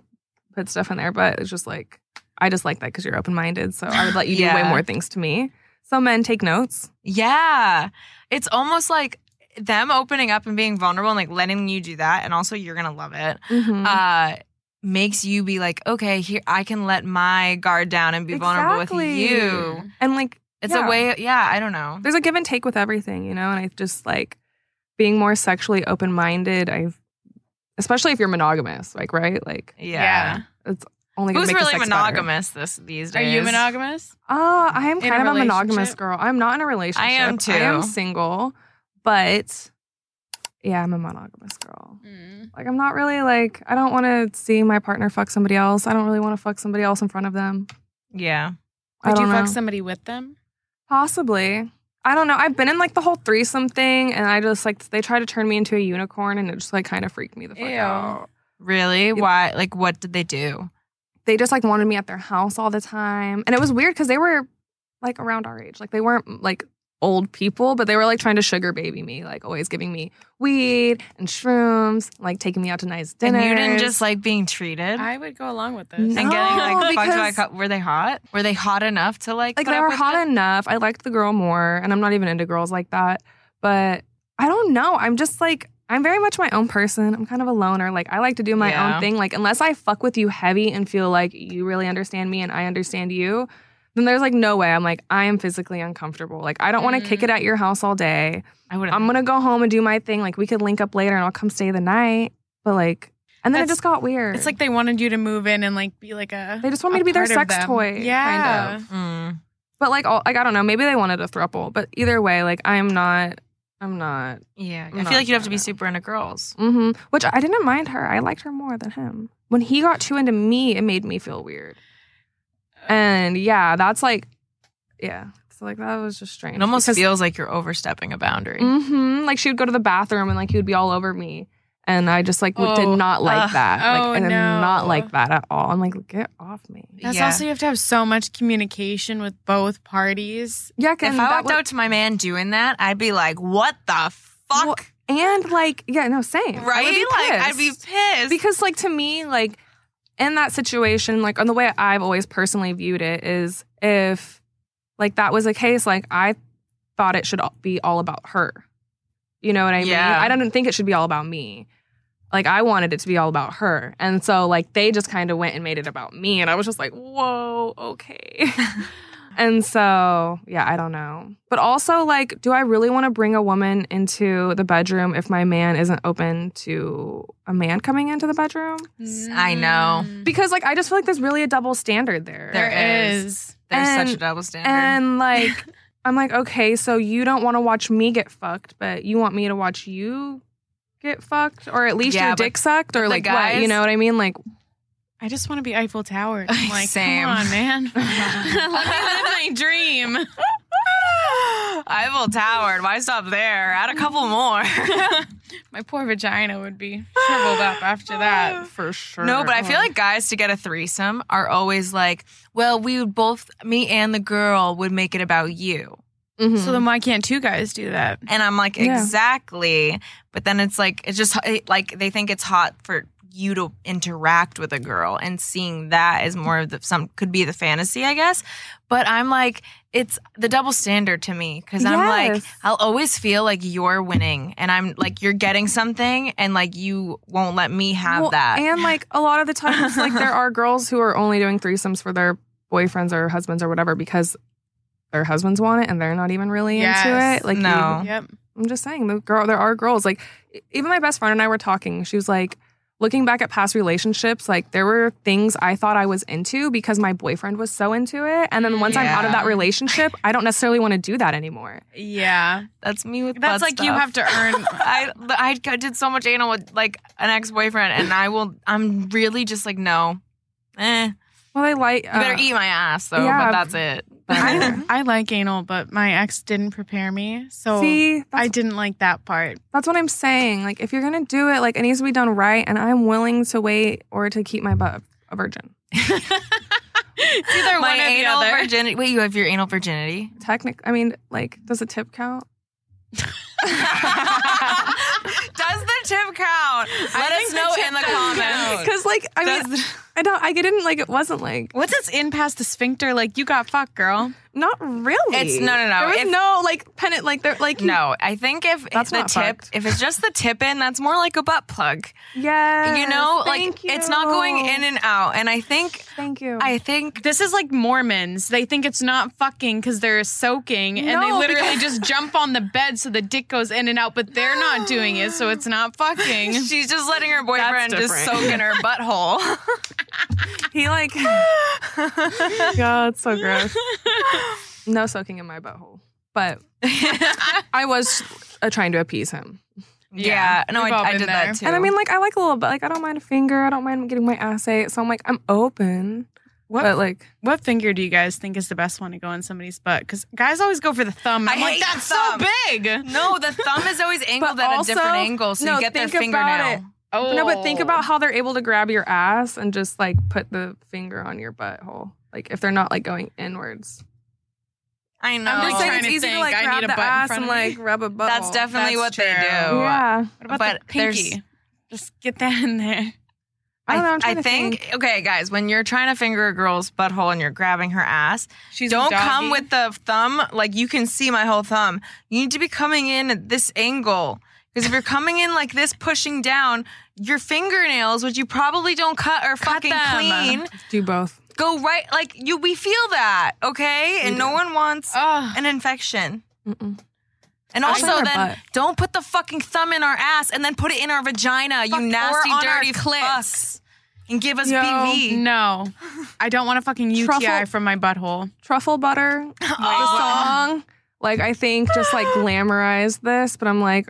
[SPEAKER 5] put stuff in there, but it's just like I just like that because you're open minded, so I would let you do way
[SPEAKER 1] Yeah.
[SPEAKER 5] more things to me. So men take notes.
[SPEAKER 1] yeah, it's almost like them opening up and being vulnerable and like letting you do that, and also you're gonna love it.
[SPEAKER 3] Mm-hmm.
[SPEAKER 5] Mm-hmm.
[SPEAKER 1] Uh, makes you be like, okay, here I can let my guard down and be vulnerable with
[SPEAKER 5] Exactly.
[SPEAKER 1] you.
[SPEAKER 5] and like,
[SPEAKER 1] It's
[SPEAKER 5] Yeah.
[SPEAKER 1] a way. Yeah, I don't know.
[SPEAKER 5] there's a give and take with everything, you know. And I just like being more sexually open minded. I've especially if you're monogamous, like right, like
[SPEAKER 1] Yeah.
[SPEAKER 5] only gonna
[SPEAKER 1] Who's
[SPEAKER 5] make the
[SPEAKER 1] really
[SPEAKER 5] sex
[SPEAKER 1] monogamous this these
[SPEAKER 3] Are
[SPEAKER 1] days?
[SPEAKER 3] you monogamous?
[SPEAKER 5] Better. Uh, I am
[SPEAKER 3] In a
[SPEAKER 5] kind of a monogamous
[SPEAKER 3] relationship?
[SPEAKER 5] girl. I'm not in a relationship.
[SPEAKER 1] too.
[SPEAKER 5] I am single, but yeah, I'm a monogamous girl.
[SPEAKER 3] Mm.
[SPEAKER 5] Like I'm not really like I don't want to see my partner fuck somebody else. I don't really want to fuck somebody else in front of them.
[SPEAKER 1] Yeah.
[SPEAKER 5] I
[SPEAKER 3] Would
[SPEAKER 5] don't
[SPEAKER 3] you
[SPEAKER 5] know.
[SPEAKER 3] fuck somebody with them?
[SPEAKER 5] Possibly. I don't know. I've been in like the whole threesome thing, and I just like they tried to turn me into a unicorn, and it just like kind of freaked me the fuck
[SPEAKER 3] Ew.
[SPEAKER 5] out.
[SPEAKER 1] Really? Why? Like, what did they do?
[SPEAKER 5] They just like wanted me at their house all the time, and it was weird because they were like around our age. Like they weren't like old people, but they were like trying to sugar baby me, like always giving me weed and shrooms, like taking me out to nice dinners.
[SPEAKER 1] And you didn't just like being treated.
[SPEAKER 3] I would go along with this.
[SPEAKER 5] No.
[SPEAKER 1] and getting like
[SPEAKER 5] No,
[SPEAKER 1] fucked by a
[SPEAKER 5] because-
[SPEAKER 1] cou- were they hot? Were they hot enough to like?
[SPEAKER 5] like
[SPEAKER 1] put
[SPEAKER 5] they
[SPEAKER 1] up
[SPEAKER 5] were
[SPEAKER 1] with
[SPEAKER 5] hot
[SPEAKER 1] it?
[SPEAKER 5] enough. I liked the girl more, and I'm not even into girls like that. But I don't know. I'm just like I'm very much my own person. I'm kind of a loner. Like I like to do my
[SPEAKER 1] Yeah.
[SPEAKER 5] own thing. Like unless I fuck with you heavy and feel like you really understand me and I understand you, then there's like no way. I'm like I am physically uncomfortable. Like I don't want to kick
[SPEAKER 3] Mm.
[SPEAKER 5] it at your house all day.
[SPEAKER 1] I would.
[SPEAKER 5] I'm gonna go home and do my thing. Like we could link up later and I'll come stay the night. But like, and then it
[SPEAKER 3] That's-
[SPEAKER 5] just got weird.
[SPEAKER 3] It's like they wanted you to move in and like be like a.
[SPEAKER 5] they just want me
[SPEAKER 3] a
[SPEAKER 5] to be their
[SPEAKER 3] part of
[SPEAKER 5] sex
[SPEAKER 3] them.
[SPEAKER 5] toy.
[SPEAKER 3] Yeah.
[SPEAKER 5] Kind of.
[SPEAKER 1] Mm.
[SPEAKER 5] But like, all, like I don't know. Maybe they wanted a thruple, but either way, like I'm not. I'm not.
[SPEAKER 1] Yeah.
[SPEAKER 5] I'm
[SPEAKER 1] I
[SPEAKER 5] not
[SPEAKER 1] feel like you'd have to be
[SPEAKER 5] trying to-
[SPEAKER 1] super into girls.
[SPEAKER 5] hmm Which I didn't mind her. I liked her more than him. When he got too into me, it made me feel weird. And yeah, that's like, yeah. So like that was just strange.
[SPEAKER 1] It almost feels like you're overstepping a boundary.
[SPEAKER 5] hmm Like she would go to the bathroom and like he would be all over me, and I just like w-
[SPEAKER 3] Oh,
[SPEAKER 5] did not like
[SPEAKER 1] ugh.
[SPEAKER 5] that. Like
[SPEAKER 3] Oh,
[SPEAKER 5] I did
[SPEAKER 3] no.
[SPEAKER 5] not like that at all. I'm like, get off me.
[SPEAKER 3] That's
[SPEAKER 1] Yeah.
[SPEAKER 3] also you have to have so much communication with both parties.
[SPEAKER 5] Yeah, and
[SPEAKER 1] If I
[SPEAKER 5] that
[SPEAKER 1] walked
[SPEAKER 5] was-
[SPEAKER 1] out to my man doing that, I'd be like, "What the fuck?"
[SPEAKER 5] Well, and like, yeah, no, same. I would
[SPEAKER 1] right?
[SPEAKER 5] be
[SPEAKER 1] like, I'd be
[SPEAKER 5] pissed.
[SPEAKER 1] pissed.
[SPEAKER 5] because like to me like in that situation like on the way i've always personally viewed it is if like that was a case like i thought it should all- be all about her you know what i
[SPEAKER 1] Yeah.
[SPEAKER 5] mean i didn't think it should be all about me like i wanted it to be all about her and so like they just kind of went and made it about me and i was just like whoa okay and so yeah i don't know but also like do i really want to bring a woman into the bedroom if my man isn't open to a man coming into the bedroom
[SPEAKER 1] I know.
[SPEAKER 5] because like I just feel like there's really a double standard there.
[SPEAKER 1] There
[SPEAKER 3] Mm. There
[SPEAKER 1] is.
[SPEAKER 3] is.
[SPEAKER 1] There's
[SPEAKER 5] and-
[SPEAKER 1] such a double standard.
[SPEAKER 5] And like I'm like, okay, so you don't want to watch me get fucked, but you want me to watch you get fucked, or at least
[SPEAKER 1] Yeah,
[SPEAKER 5] your
[SPEAKER 1] but
[SPEAKER 5] dick sucked, or
[SPEAKER 1] the
[SPEAKER 5] like what? You
[SPEAKER 1] guys-
[SPEAKER 5] know what I mean? Like
[SPEAKER 3] I just want to be Eiffel Tower. I'm like,
[SPEAKER 1] Same.
[SPEAKER 3] come on, man. Let me live my dream.
[SPEAKER 1] Eiffel Tower. Why stop there? Add a couple more.
[SPEAKER 3] My poor vagina would be shriveled up after that.
[SPEAKER 5] for sure.
[SPEAKER 1] No, but I feel like guys to get a threesome are always like, well, we would both, me and the girl would make it about you.
[SPEAKER 5] Mhm.
[SPEAKER 3] So then why can't two guys do that?
[SPEAKER 1] And I'm like,
[SPEAKER 5] Yeah.
[SPEAKER 1] exactly. But then it's like, it's just it, like they think it's hot for you to interact with a girl and seeing that is more of the, some could be the fantasy, I guess. But I'm like, it's the double standard to me because I'm like,
[SPEAKER 5] Yes.
[SPEAKER 1] I'll always feel like you're winning and I'm like, you're getting something and like you won't let me have
[SPEAKER 5] Well,
[SPEAKER 1] that.
[SPEAKER 5] And like a lot of the times, like there are girls who are only doing threesomes for their boyfriends or husbands or whatever because their husbands want it and they're not even really
[SPEAKER 3] Yes.
[SPEAKER 5] into it. Like,
[SPEAKER 1] No.
[SPEAKER 3] Yep.
[SPEAKER 5] I'm just saying, the girl, there are girls. Like, e- even my best friend and I were talking. She was like, looking back at past relationships, like there were things I thought I was into because my boyfriend was so into it. And then once I'm out of
[SPEAKER 3] Yeah.
[SPEAKER 5] that relationship, I don't necessarily want to do that anymore.
[SPEAKER 3] Yeah.
[SPEAKER 1] That's me with butt
[SPEAKER 3] That's like you
[SPEAKER 1] stuff.
[SPEAKER 3] have to earn.
[SPEAKER 1] I I I did so much anal with like an ex boyfriend, and I will. I'm really just like no. Eh, you
[SPEAKER 5] Well, I like.
[SPEAKER 1] better
[SPEAKER 5] uh,
[SPEAKER 1] eat my ass though.
[SPEAKER 5] yeah.
[SPEAKER 1] but that's it.
[SPEAKER 5] I-
[SPEAKER 3] I like anal, but my ex didn't prepare me, so
[SPEAKER 5] See, that's,
[SPEAKER 3] I didn't like that part.
[SPEAKER 5] that's what I'm saying. Like, if you're gonna do it, like it needs to be done right, and I'm willing to wait or to keep my butt a virgin.
[SPEAKER 3] It's either
[SPEAKER 1] my
[SPEAKER 3] one or the
[SPEAKER 1] anal
[SPEAKER 3] other.
[SPEAKER 1] virginity. Wait, you have your anal virginity?
[SPEAKER 5] Technic, I mean, like, does a tip count?
[SPEAKER 1] Does the tip count? Let us
[SPEAKER 3] think the
[SPEAKER 1] know
[SPEAKER 3] tip
[SPEAKER 1] in the
[SPEAKER 3] does count.
[SPEAKER 1] comments.
[SPEAKER 5] Because, like, I mean, I don't, I didn't like it. Wasn't like
[SPEAKER 3] What's this in past the sphincter? Like you got fucked, girl.
[SPEAKER 5] not really.
[SPEAKER 1] It's- no, no, no.
[SPEAKER 5] There was
[SPEAKER 1] If-
[SPEAKER 5] no like pennant. Like there, like you-
[SPEAKER 1] No, I think if
[SPEAKER 5] That's
[SPEAKER 1] the
[SPEAKER 5] not
[SPEAKER 1] tip,
[SPEAKER 5] fucked.
[SPEAKER 1] if it's just the tip in, that's more like a butt plug.
[SPEAKER 5] Yes.
[SPEAKER 1] you know,
[SPEAKER 5] thank
[SPEAKER 1] like it's not going
[SPEAKER 5] you.
[SPEAKER 1] in and out. And I think,
[SPEAKER 5] Thank you.
[SPEAKER 1] I think
[SPEAKER 3] This is like Mormons. They think it's not fucking because they're soaking, and they
[SPEAKER 5] No,
[SPEAKER 3] literally
[SPEAKER 5] because-
[SPEAKER 3] just jump on the bed so the dick goes in and out. But they're not doing it, so it's not fucking.
[SPEAKER 1] she's just letting her boyfriend just
[SPEAKER 5] different.
[SPEAKER 1] soak in her butthole.
[SPEAKER 5] he like. God, it's so gross. No soaking in my butthole, but I was uh, trying to appease him.
[SPEAKER 1] Yeah, no,
[SPEAKER 3] We've all
[SPEAKER 1] I, I
[SPEAKER 3] been
[SPEAKER 1] did
[SPEAKER 3] there.
[SPEAKER 1] that too.
[SPEAKER 5] And I mean, like, I like a little bit. Like, I don't mind a finger. I don't mind getting my ass ate. So I'm like, I'm open.
[SPEAKER 3] What-
[SPEAKER 5] But like,
[SPEAKER 3] What finger do you guys think is the best one to go in somebody's butt? Because guys always go for the thumb.
[SPEAKER 1] I
[SPEAKER 3] I'm like,
[SPEAKER 1] hate the
[SPEAKER 3] that's
[SPEAKER 1] thumb."
[SPEAKER 3] so big.
[SPEAKER 1] no, the thumb is always angled
[SPEAKER 5] But
[SPEAKER 1] at
[SPEAKER 5] also-
[SPEAKER 1] a different angle, so
[SPEAKER 5] no,
[SPEAKER 1] you get their
[SPEAKER 5] think
[SPEAKER 1] fingernail.
[SPEAKER 5] about it.
[SPEAKER 3] Oh
[SPEAKER 5] no, but think about how they're able to grab your ass and just like put the finger on your butthole. Like, if they're not like going inwards.
[SPEAKER 1] I know.
[SPEAKER 3] I'm
[SPEAKER 5] I'm
[SPEAKER 3] just
[SPEAKER 5] just saying
[SPEAKER 3] trying
[SPEAKER 5] it's
[SPEAKER 3] to
[SPEAKER 5] easy to
[SPEAKER 3] think.
[SPEAKER 5] like
[SPEAKER 3] I
[SPEAKER 5] grab
[SPEAKER 3] need a
[SPEAKER 5] the
[SPEAKER 3] butt in
[SPEAKER 5] ass
[SPEAKER 3] front
[SPEAKER 5] and
[SPEAKER 3] of me.
[SPEAKER 5] like rub a butthole.
[SPEAKER 1] that's definitely
[SPEAKER 3] "Oh, That's
[SPEAKER 1] what they
[SPEAKER 3] true.
[SPEAKER 1] do.
[SPEAKER 5] yeah.
[SPEAKER 3] What about
[SPEAKER 1] but
[SPEAKER 3] the pinky?
[SPEAKER 1] there's-
[SPEAKER 3] Just get that in there.
[SPEAKER 5] I don't know. I'm
[SPEAKER 1] I
[SPEAKER 5] trying to
[SPEAKER 1] think, okay, guys, when you're trying to finger a girl's butthole and you're grabbing her ass,
[SPEAKER 3] She's a
[SPEAKER 1] don't
[SPEAKER 3] doggy.
[SPEAKER 1] come with the thumb. Like you can see my whole thumb. You need to be coming in at this angle. Because if you're coming in like this, pushing down, your fingernails, which you probably don't cut or fucking
[SPEAKER 3] them.
[SPEAKER 1] clean,
[SPEAKER 5] do both.
[SPEAKER 1] go right like you we feel that, okay? And no one wants
[SPEAKER 3] Oh,
[SPEAKER 1] an infection.
[SPEAKER 5] Mm-mm.
[SPEAKER 1] And
[SPEAKER 5] Especially
[SPEAKER 1] also,
[SPEAKER 5] in
[SPEAKER 1] then
[SPEAKER 5] our butt.
[SPEAKER 1] don't put the fucking thumb in our ass and then put it in our vagina,
[SPEAKER 3] Fuck, or
[SPEAKER 1] you nasty,
[SPEAKER 3] on our
[SPEAKER 1] dirty
[SPEAKER 3] clit.
[SPEAKER 1] fucks, and give us
[SPEAKER 5] Yo,
[SPEAKER 1] BV.
[SPEAKER 3] no. I don't want a fucking UTI
[SPEAKER 5] Truffle-
[SPEAKER 3] from my butthole.
[SPEAKER 5] Truffle butter, the song. Like I think just like glamorize this, but I'm like,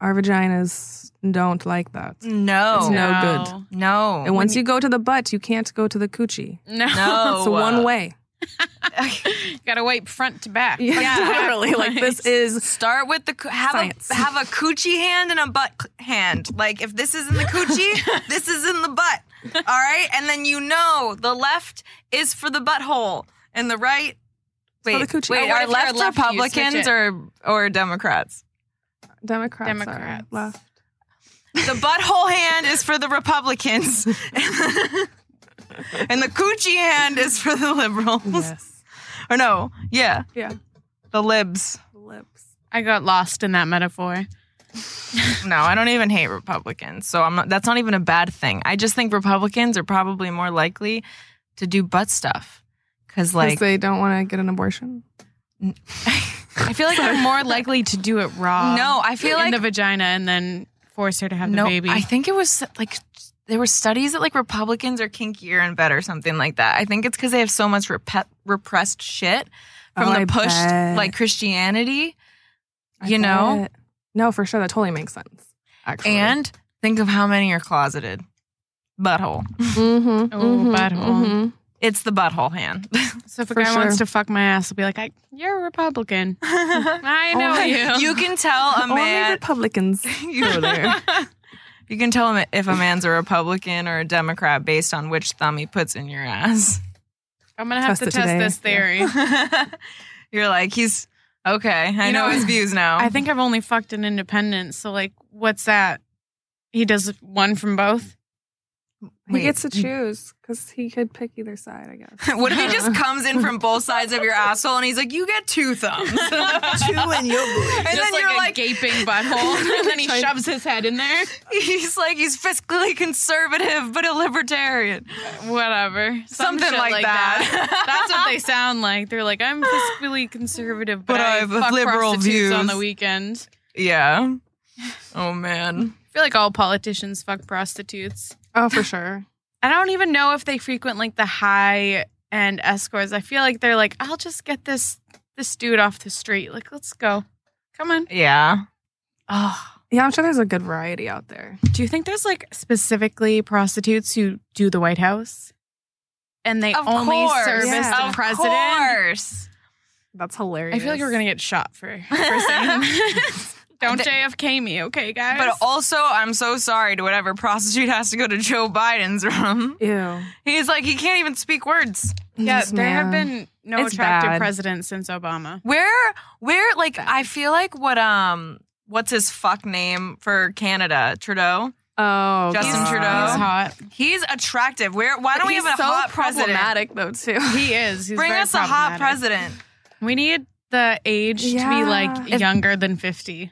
[SPEAKER 5] our vaginas don't like that.
[SPEAKER 1] No,
[SPEAKER 5] It's
[SPEAKER 1] no,
[SPEAKER 5] no-
[SPEAKER 1] no,
[SPEAKER 5] And once you go to the butt, you can't go to the coochie.
[SPEAKER 3] No.
[SPEAKER 1] No.
[SPEAKER 5] It's one way.
[SPEAKER 3] Gotta wipe front to back.
[SPEAKER 5] literally. Like this is
[SPEAKER 1] start with the coo- have
[SPEAKER 5] Science.
[SPEAKER 1] a have a coochie hand and a butt cl- hand. Like if this is in the coochie, this is in the butt. All right, and then you know the left is for the butthole and the right. Wait,
[SPEAKER 5] the coochie.
[SPEAKER 1] wait,
[SPEAKER 5] Oh, what
[SPEAKER 1] are
[SPEAKER 3] if you're
[SPEAKER 1] left
[SPEAKER 3] a lefty, you switch
[SPEAKER 1] Republicans
[SPEAKER 3] it.
[SPEAKER 1] or or Democrats?
[SPEAKER 5] Democrats. are
[SPEAKER 3] Democrats.
[SPEAKER 5] left.
[SPEAKER 1] The butthole hand is for the Republicans, and the coochie hand is for the liberals.
[SPEAKER 5] Yes.
[SPEAKER 1] Or no, yeah,
[SPEAKER 5] Yeah.
[SPEAKER 1] the libs.
[SPEAKER 5] Lips.
[SPEAKER 3] I got lost in that metaphor.
[SPEAKER 1] No, I don't even hate Republicans. So I'm not, that's not even a bad thing. I just think Republicans are probably more likely to do butt stuff cuz
[SPEAKER 5] Because
[SPEAKER 1] like
[SPEAKER 5] they don't want to get an abortion.
[SPEAKER 3] I feel like they're more likely to do it raw.
[SPEAKER 1] No, I feel
[SPEAKER 3] in
[SPEAKER 1] like-
[SPEAKER 3] the vagina and then force her to have
[SPEAKER 1] no,
[SPEAKER 3] the baby.
[SPEAKER 1] I think it was like there were studies that like Republicans are kinkier in bed or something like that. I think it's cuz they have so much repe- repressed shit from
[SPEAKER 5] Oh,
[SPEAKER 1] the
[SPEAKER 5] I
[SPEAKER 1] pushed
[SPEAKER 5] bet.
[SPEAKER 1] like Christianity
[SPEAKER 5] I
[SPEAKER 1] You know?
[SPEAKER 5] bet. No, for sure. That totally makes sense. Actually.
[SPEAKER 1] and think of how many are closeted. Butthole.
[SPEAKER 5] Mm-hmm,
[SPEAKER 3] Oh, butthole.
[SPEAKER 1] Mm-hmm. It's the butthole hand.
[SPEAKER 3] so if a
[SPEAKER 5] for
[SPEAKER 3] guy wants to
[SPEAKER 5] sure.
[SPEAKER 3] fuck my ass, I'll be like, I, "You're a Republican.
[SPEAKER 5] Oh,
[SPEAKER 3] I know you.
[SPEAKER 1] you can tell a
[SPEAKER 5] Only
[SPEAKER 1] man
[SPEAKER 5] Republicans.
[SPEAKER 1] you know there. You can tell him if a man's a Republican or a Democrat based on which thumb he puts in your ass.
[SPEAKER 3] I'm gonna have
[SPEAKER 5] Test
[SPEAKER 3] to
[SPEAKER 5] it
[SPEAKER 3] test
[SPEAKER 5] today.
[SPEAKER 3] this theory.
[SPEAKER 1] You're like, he's okay. I
[SPEAKER 3] You
[SPEAKER 1] know,
[SPEAKER 3] know,
[SPEAKER 1] his views now.
[SPEAKER 3] I think I've only fucked an independent, so like, what's that? He does one from both.
[SPEAKER 1] Wait.
[SPEAKER 5] He gets
[SPEAKER 3] Mm.
[SPEAKER 5] to choose because he could pick either side, I guess.
[SPEAKER 1] What if he just comes in from both sides of your asshole and he's like, "You get two thumbs, two in your booty," and
[SPEAKER 3] Just
[SPEAKER 1] then
[SPEAKER 3] like
[SPEAKER 1] you're
[SPEAKER 3] a
[SPEAKER 1] like,
[SPEAKER 3] gaping butthole, and then he shoves his head in there.
[SPEAKER 1] he's like, he's fiscally conservative but a libertarian.
[SPEAKER 3] Whatever, Some
[SPEAKER 1] Something
[SPEAKER 3] shit
[SPEAKER 1] like that.
[SPEAKER 3] That's what they sound like. They're like, I'm fiscally conservative, but,
[SPEAKER 1] But I
[SPEAKER 3] I,
[SPEAKER 1] have
[SPEAKER 3] fuck
[SPEAKER 1] liberal
[SPEAKER 3] prostitutes
[SPEAKER 1] views."
[SPEAKER 3] on the weekend.
[SPEAKER 1] Yeah. Oh man.
[SPEAKER 3] I feel like all politicians fuck prostitutes.
[SPEAKER 5] oh, for sure.
[SPEAKER 3] I don't even know if they frequent like the high end escorts. I feel like they're like, I'll just get this this dude off the street. Like, let's go. Come on.
[SPEAKER 1] Yeah.
[SPEAKER 3] Oh,
[SPEAKER 5] Yeah, I'm sure there's a good variety out there.
[SPEAKER 3] do you think there's like specifically prostitutes who do the White House? And they
[SPEAKER 1] Of
[SPEAKER 3] only
[SPEAKER 1] course.
[SPEAKER 3] service
[SPEAKER 5] Yeah.
[SPEAKER 3] the
[SPEAKER 1] Of
[SPEAKER 3] president.
[SPEAKER 1] course.
[SPEAKER 5] That's hilarious.
[SPEAKER 3] I feel like we're gonna get shot for, for saying this. Don't JFK me, okay, guys?
[SPEAKER 1] But also, I'm so sorry to whatever prostitute has to go to Joe Biden's room.
[SPEAKER 5] Ew.
[SPEAKER 1] He's like, he can't even speak words.
[SPEAKER 3] yeah,
[SPEAKER 5] Yes,
[SPEAKER 3] there have
[SPEAKER 5] ma'am.
[SPEAKER 3] been no
[SPEAKER 5] It's
[SPEAKER 3] attractive
[SPEAKER 5] bad.
[SPEAKER 3] presidents since Obama.
[SPEAKER 1] Where, where, like, I feel like what, um, what's his fuck name for Canada? Trudeau?
[SPEAKER 5] Oh,
[SPEAKER 1] Justin
[SPEAKER 5] God.
[SPEAKER 1] Trudeau.
[SPEAKER 3] He's hot.
[SPEAKER 1] He's attractive. Where, why don't we
[SPEAKER 5] He's
[SPEAKER 1] have a
[SPEAKER 5] so
[SPEAKER 1] hot president?
[SPEAKER 5] problematic though too.
[SPEAKER 3] He is. He's
[SPEAKER 1] Bring
[SPEAKER 3] very
[SPEAKER 1] us a hot
[SPEAKER 3] problematic.
[SPEAKER 1] president.
[SPEAKER 3] We need the age to be
[SPEAKER 5] Yeah.
[SPEAKER 3] like
[SPEAKER 5] If-
[SPEAKER 3] younger than 50.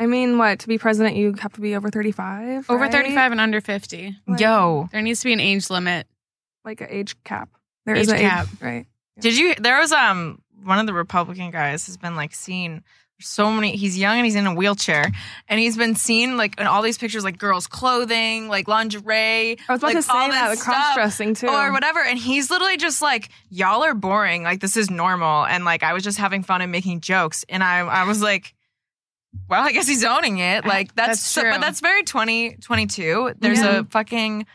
[SPEAKER 5] I mean, what to be president, you have to be over 35.
[SPEAKER 3] Over
[SPEAKER 5] right?
[SPEAKER 3] 35 and under 50.
[SPEAKER 5] Like-
[SPEAKER 3] There needs to be an age limit.
[SPEAKER 5] like an age cap. There
[SPEAKER 3] Age
[SPEAKER 5] is an
[SPEAKER 3] cap.
[SPEAKER 5] age, right?
[SPEAKER 1] Did you? There was um one of the Republican guys has been like seen. So many. He's young and he's in a wheelchair, and he's been seen like in all these pictures, like girls' clothing, like lingerie,
[SPEAKER 5] I was about
[SPEAKER 1] like,
[SPEAKER 5] to say
[SPEAKER 1] all
[SPEAKER 5] that
[SPEAKER 1] this
[SPEAKER 5] the
[SPEAKER 1] stuff,
[SPEAKER 5] cross dressing too.
[SPEAKER 1] or whatever. And he's literally just like, "Y'all are boring. Like this is normal." And like I was just having fun and making jokes, and I I was like. Well, I guess he's owning it. Like that's,
[SPEAKER 3] That's
[SPEAKER 1] so-
[SPEAKER 3] true.
[SPEAKER 1] but that's very 2022. There's
[SPEAKER 5] Yeah.
[SPEAKER 1] a fucking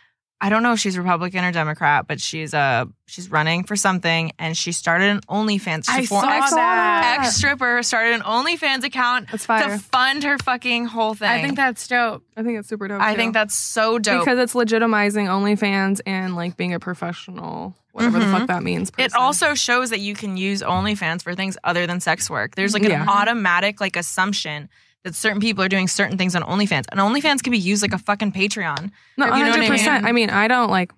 [SPEAKER 1] I don't know if she's Republican or Democrat, but she's uh she's running for something, and she started an OnlyFans. She's a for-
[SPEAKER 5] I
[SPEAKER 1] ex,
[SPEAKER 5] saw that.
[SPEAKER 1] ex stripper started an OnlyFans account
[SPEAKER 5] That's
[SPEAKER 1] to
[SPEAKER 5] fire.
[SPEAKER 1] fund her fucking whole thing.
[SPEAKER 3] I think that's dope.
[SPEAKER 5] I think it's super dope.
[SPEAKER 1] I
[SPEAKER 5] too.
[SPEAKER 1] think that's so dope.
[SPEAKER 5] because it's legitimizing OnlyFans and like being a professional, whatever
[SPEAKER 1] Mhm.
[SPEAKER 5] the fuck that means.
[SPEAKER 1] it
[SPEAKER 5] person.
[SPEAKER 1] also shows that you can use OnlyFans for things other than sex work. There's like an
[SPEAKER 5] Yeah.
[SPEAKER 1] automatic like assumption that certain people are doing certain things on OnlyFans, and OnlyFans can be used like a fucking Patreon.
[SPEAKER 5] no,
[SPEAKER 1] you know what I
[SPEAKER 5] 100. percent
[SPEAKER 1] mean?
[SPEAKER 5] I mean, I don't like,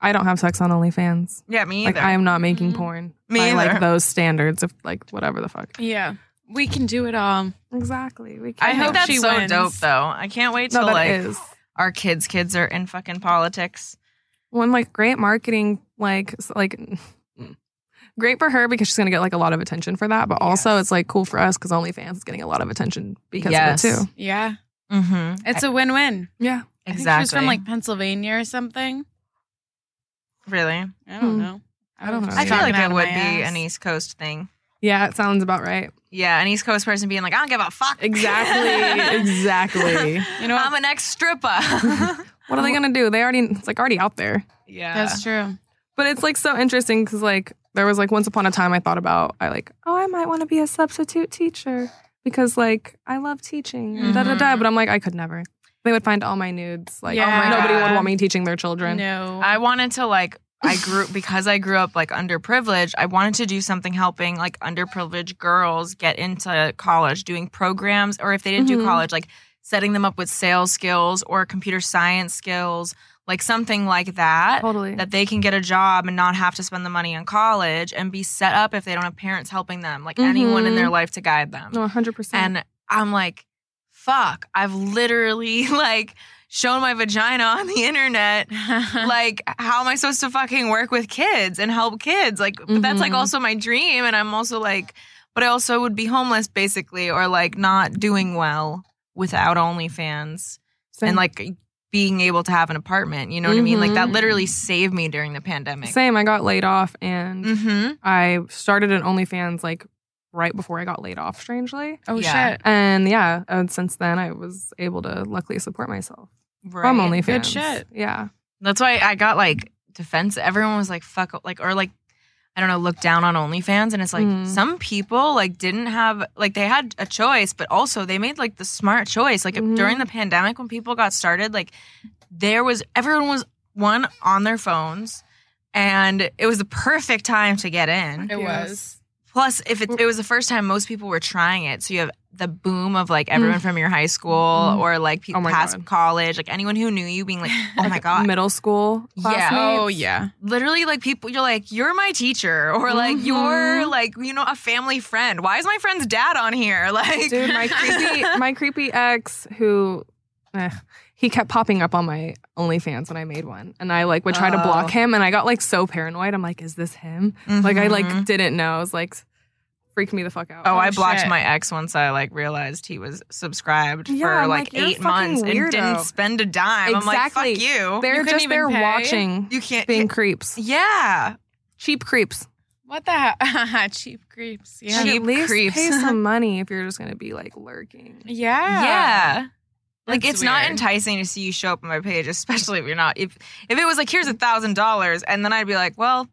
[SPEAKER 5] I don't have sex on OnlyFans.
[SPEAKER 1] Yeah, me
[SPEAKER 5] Like,
[SPEAKER 1] either.
[SPEAKER 5] I am not making
[SPEAKER 3] Mhm.
[SPEAKER 5] porn.
[SPEAKER 1] Mm-hmm. Me
[SPEAKER 5] by, like
[SPEAKER 1] either.
[SPEAKER 5] those standards of like whatever the fuck.
[SPEAKER 3] Yeah. We can do it all.
[SPEAKER 5] Exactly. We
[SPEAKER 1] I
[SPEAKER 5] can.
[SPEAKER 1] think
[SPEAKER 3] hope
[SPEAKER 1] that's
[SPEAKER 3] she
[SPEAKER 1] so
[SPEAKER 3] wins.
[SPEAKER 1] dope, though. I can't wait
[SPEAKER 5] no,
[SPEAKER 1] till
[SPEAKER 5] that
[SPEAKER 1] like
[SPEAKER 5] is.
[SPEAKER 1] our kids' kids are in fucking politics.
[SPEAKER 5] one like great marketing like s- like great for her because she's gonna get like a lot of attention for that but also it's like cool for us because onlyfans is getting a lot of attention because
[SPEAKER 1] Yes.
[SPEAKER 5] of it too
[SPEAKER 3] Yeah.
[SPEAKER 1] Mm-hmm.
[SPEAKER 3] It's a win win.
[SPEAKER 5] yeah
[SPEAKER 1] Exactly.
[SPEAKER 3] She's from like Pennsylvania or something.
[SPEAKER 1] really.
[SPEAKER 3] I don't
[SPEAKER 5] Hmm.
[SPEAKER 3] know.
[SPEAKER 5] I don't
[SPEAKER 3] would
[SPEAKER 5] know.
[SPEAKER 3] just
[SPEAKER 1] I feel
[SPEAKER 3] talk
[SPEAKER 1] like
[SPEAKER 3] out
[SPEAKER 1] it
[SPEAKER 3] of
[SPEAKER 1] would
[SPEAKER 3] my
[SPEAKER 1] be
[SPEAKER 3] ass.
[SPEAKER 1] an East Coast thing.
[SPEAKER 5] yeah it sounds about right
[SPEAKER 1] Yeah, an East Coast person being like, I don't give a fuck.
[SPEAKER 5] exactly exactly
[SPEAKER 3] You know,
[SPEAKER 1] I'm an ex stripper.
[SPEAKER 5] what are they gonna do they already it's like already out there
[SPEAKER 1] yeah.
[SPEAKER 3] that's true.
[SPEAKER 5] but it's like so interesting because like there was like once upon a time i thought about i like oh i might want to be a substitute teacher because like i love teaching and da da da
[SPEAKER 1] Mm-hmm.
[SPEAKER 5] but i'm like i could never they would find all my nudes like
[SPEAKER 3] Yeah.
[SPEAKER 5] nobody
[SPEAKER 1] God.
[SPEAKER 5] would want me teaching their children
[SPEAKER 3] No.
[SPEAKER 1] I wanted to like I grew because I grew up like underprivileged, I wanted to do something helping like underprivileged girls get into college, doing programs or if they didn't do
[SPEAKER 5] Mhm.
[SPEAKER 1] college, like setting them up with sales skills or computer science skills, like something like that.
[SPEAKER 5] totally
[SPEAKER 1] that they can get a job and not have to spend the money on college and be set up if they don't have parents helping them, like anyone in
[SPEAKER 5] Mhm.
[SPEAKER 1] their life to guide them.
[SPEAKER 5] No, 100%.
[SPEAKER 1] And I'm like, fuck, I've literally like shown my vagina on the internet. Like, how am I supposed to fucking work with kids and help kids? Like, but that's like
[SPEAKER 5] Mhm.
[SPEAKER 1] also my dream. And I'm also like, but I also would be homeless basically or like not doing well without OnlyFans
[SPEAKER 5] same.
[SPEAKER 1] and like being able to have an apartment. You know what I mean? Like that
[SPEAKER 5] Mhm.
[SPEAKER 1] literally saved me during the pandemic.
[SPEAKER 5] same, I got laid off and
[SPEAKER 1] Mm-hmm.
[SPEAKER 5] I started an OnlyFans like right before I got laid off, strangely.
[SPEAKER 3] oh,
[SPEAKER 1] Yeah.
[SPEAKER 3] shit.
[SPEAKER 5] And yeah, and since then I was able to luckily support myself
[SPEAKER 1] Right.
[SPEAKER 5] from OnlyFans.
[SPEAKER 3] Good shit.
[SPEAKER 5] Yeah.
[SPEAKER 1] That's why I got like defensive. Everyone was like, "Fuck," like or like. I don't know, look down on OnlyFans. And it's like
[SPEAKER 5] Mhm.
[SPEAKER 1] some people like didn't have, like they had a choice, but also they made like the smart choice. Like
[SPEAKER 5] Mhm.
[SPEAKER 1] during the pandemic when people got started, like there was, everyone was one on their phones and it was the perfect time to get in.
[SPEAKER 3] It was.
[SPEAKER 1] Plus, if it, it was the first time, most people were trying it. So you have the boom of like everyone from your high school or like people
[SPEAKER 5] Mm. Oh my
[SPEAKER 1] past
[SPEAKER 5] God.
[SPEAKER 1] college, like anyone who knew you being like, oh my God.
[SPEAKER 5] Middle school
[SPEAKER 1] Yeah.
[SPEAKER 5] classmates.
[SPEAKER 2] Oh yeah.
[SPEAKER 1] Literally, like people, you're like, you're my teacher, or like,
[SPEAKER 5] Mm-hmm.
[SPEAKER 1] you're like, you know, a family friend. Why is my friend's dad on here? Like,
[SPEAKER 5] Dude, my creepy, my creepy ex who, eh, he kept popping up on my OnlyFans when I made one, and I like would try to block
[SPEAKER 1] Oh.
[SPEAKER 5] him, and I got like so paranoid. I'm like, is this him? Like I like didn't know. I was like, freaked me the fuck out.
[SPEAKER 1] Mm-hmm. Oh, I
[SPEAKER 2] Oh,
[SPEAKER 1] blocked
[SPEAKER 2] shit.
[SPEAKER 1] my ex once I like realized he was subscribed
[SPEAKER 5] Yeah,
[SPEAKER 1] for
[SPEAKER 5] I'm
[SPEAKER 1] like,
[SPEAKER 5] like, "You're a
[SPEAKER 1] eight
[SPEAKER 5] fucking
[SPEAKER 1] months and
[SPEAKER 5] weirdo."
[SPEAKER 1] didn't spend a dime.
[SPEAKER 5] Exactly.
[SPEAKER 1] I'm like, fuck you.
[SPEAKER 5] They're
[SPEAKER 2] couldn't
[SPEAKER 5] just
[SPEAKER 2] even
[SPEAKER 5] there
[SPEAKER 2] pay?
[SPEAKER 5] watching,
[SPEAKER 1] You can't.
[SPEAKER 5] being creeps,
[SPEAKER 1] yeah.
[SPEAKER 5] cheap creeps.
[SPEAKER 2] What the heck? cheap creeps. Yeah.
[SPEAKER 1] Cheap
[SPEAKER 5] At least
[SPEAKER 1] creeps.
[SPEAKER 5] pay some money if you're just gonna be like lurking.
[SPEAKER 2] Yeah.
[SPEAKER 1] Yeah. Like
[SPEAKER 2] That's
[SPEAKER 1] it's not
[SPEAKER 2] weird.
[SPEAKER 1] enticing to see you show up on my page, especially if you're not. If if it was like here's a thousand dollars, and then I'd be like, well,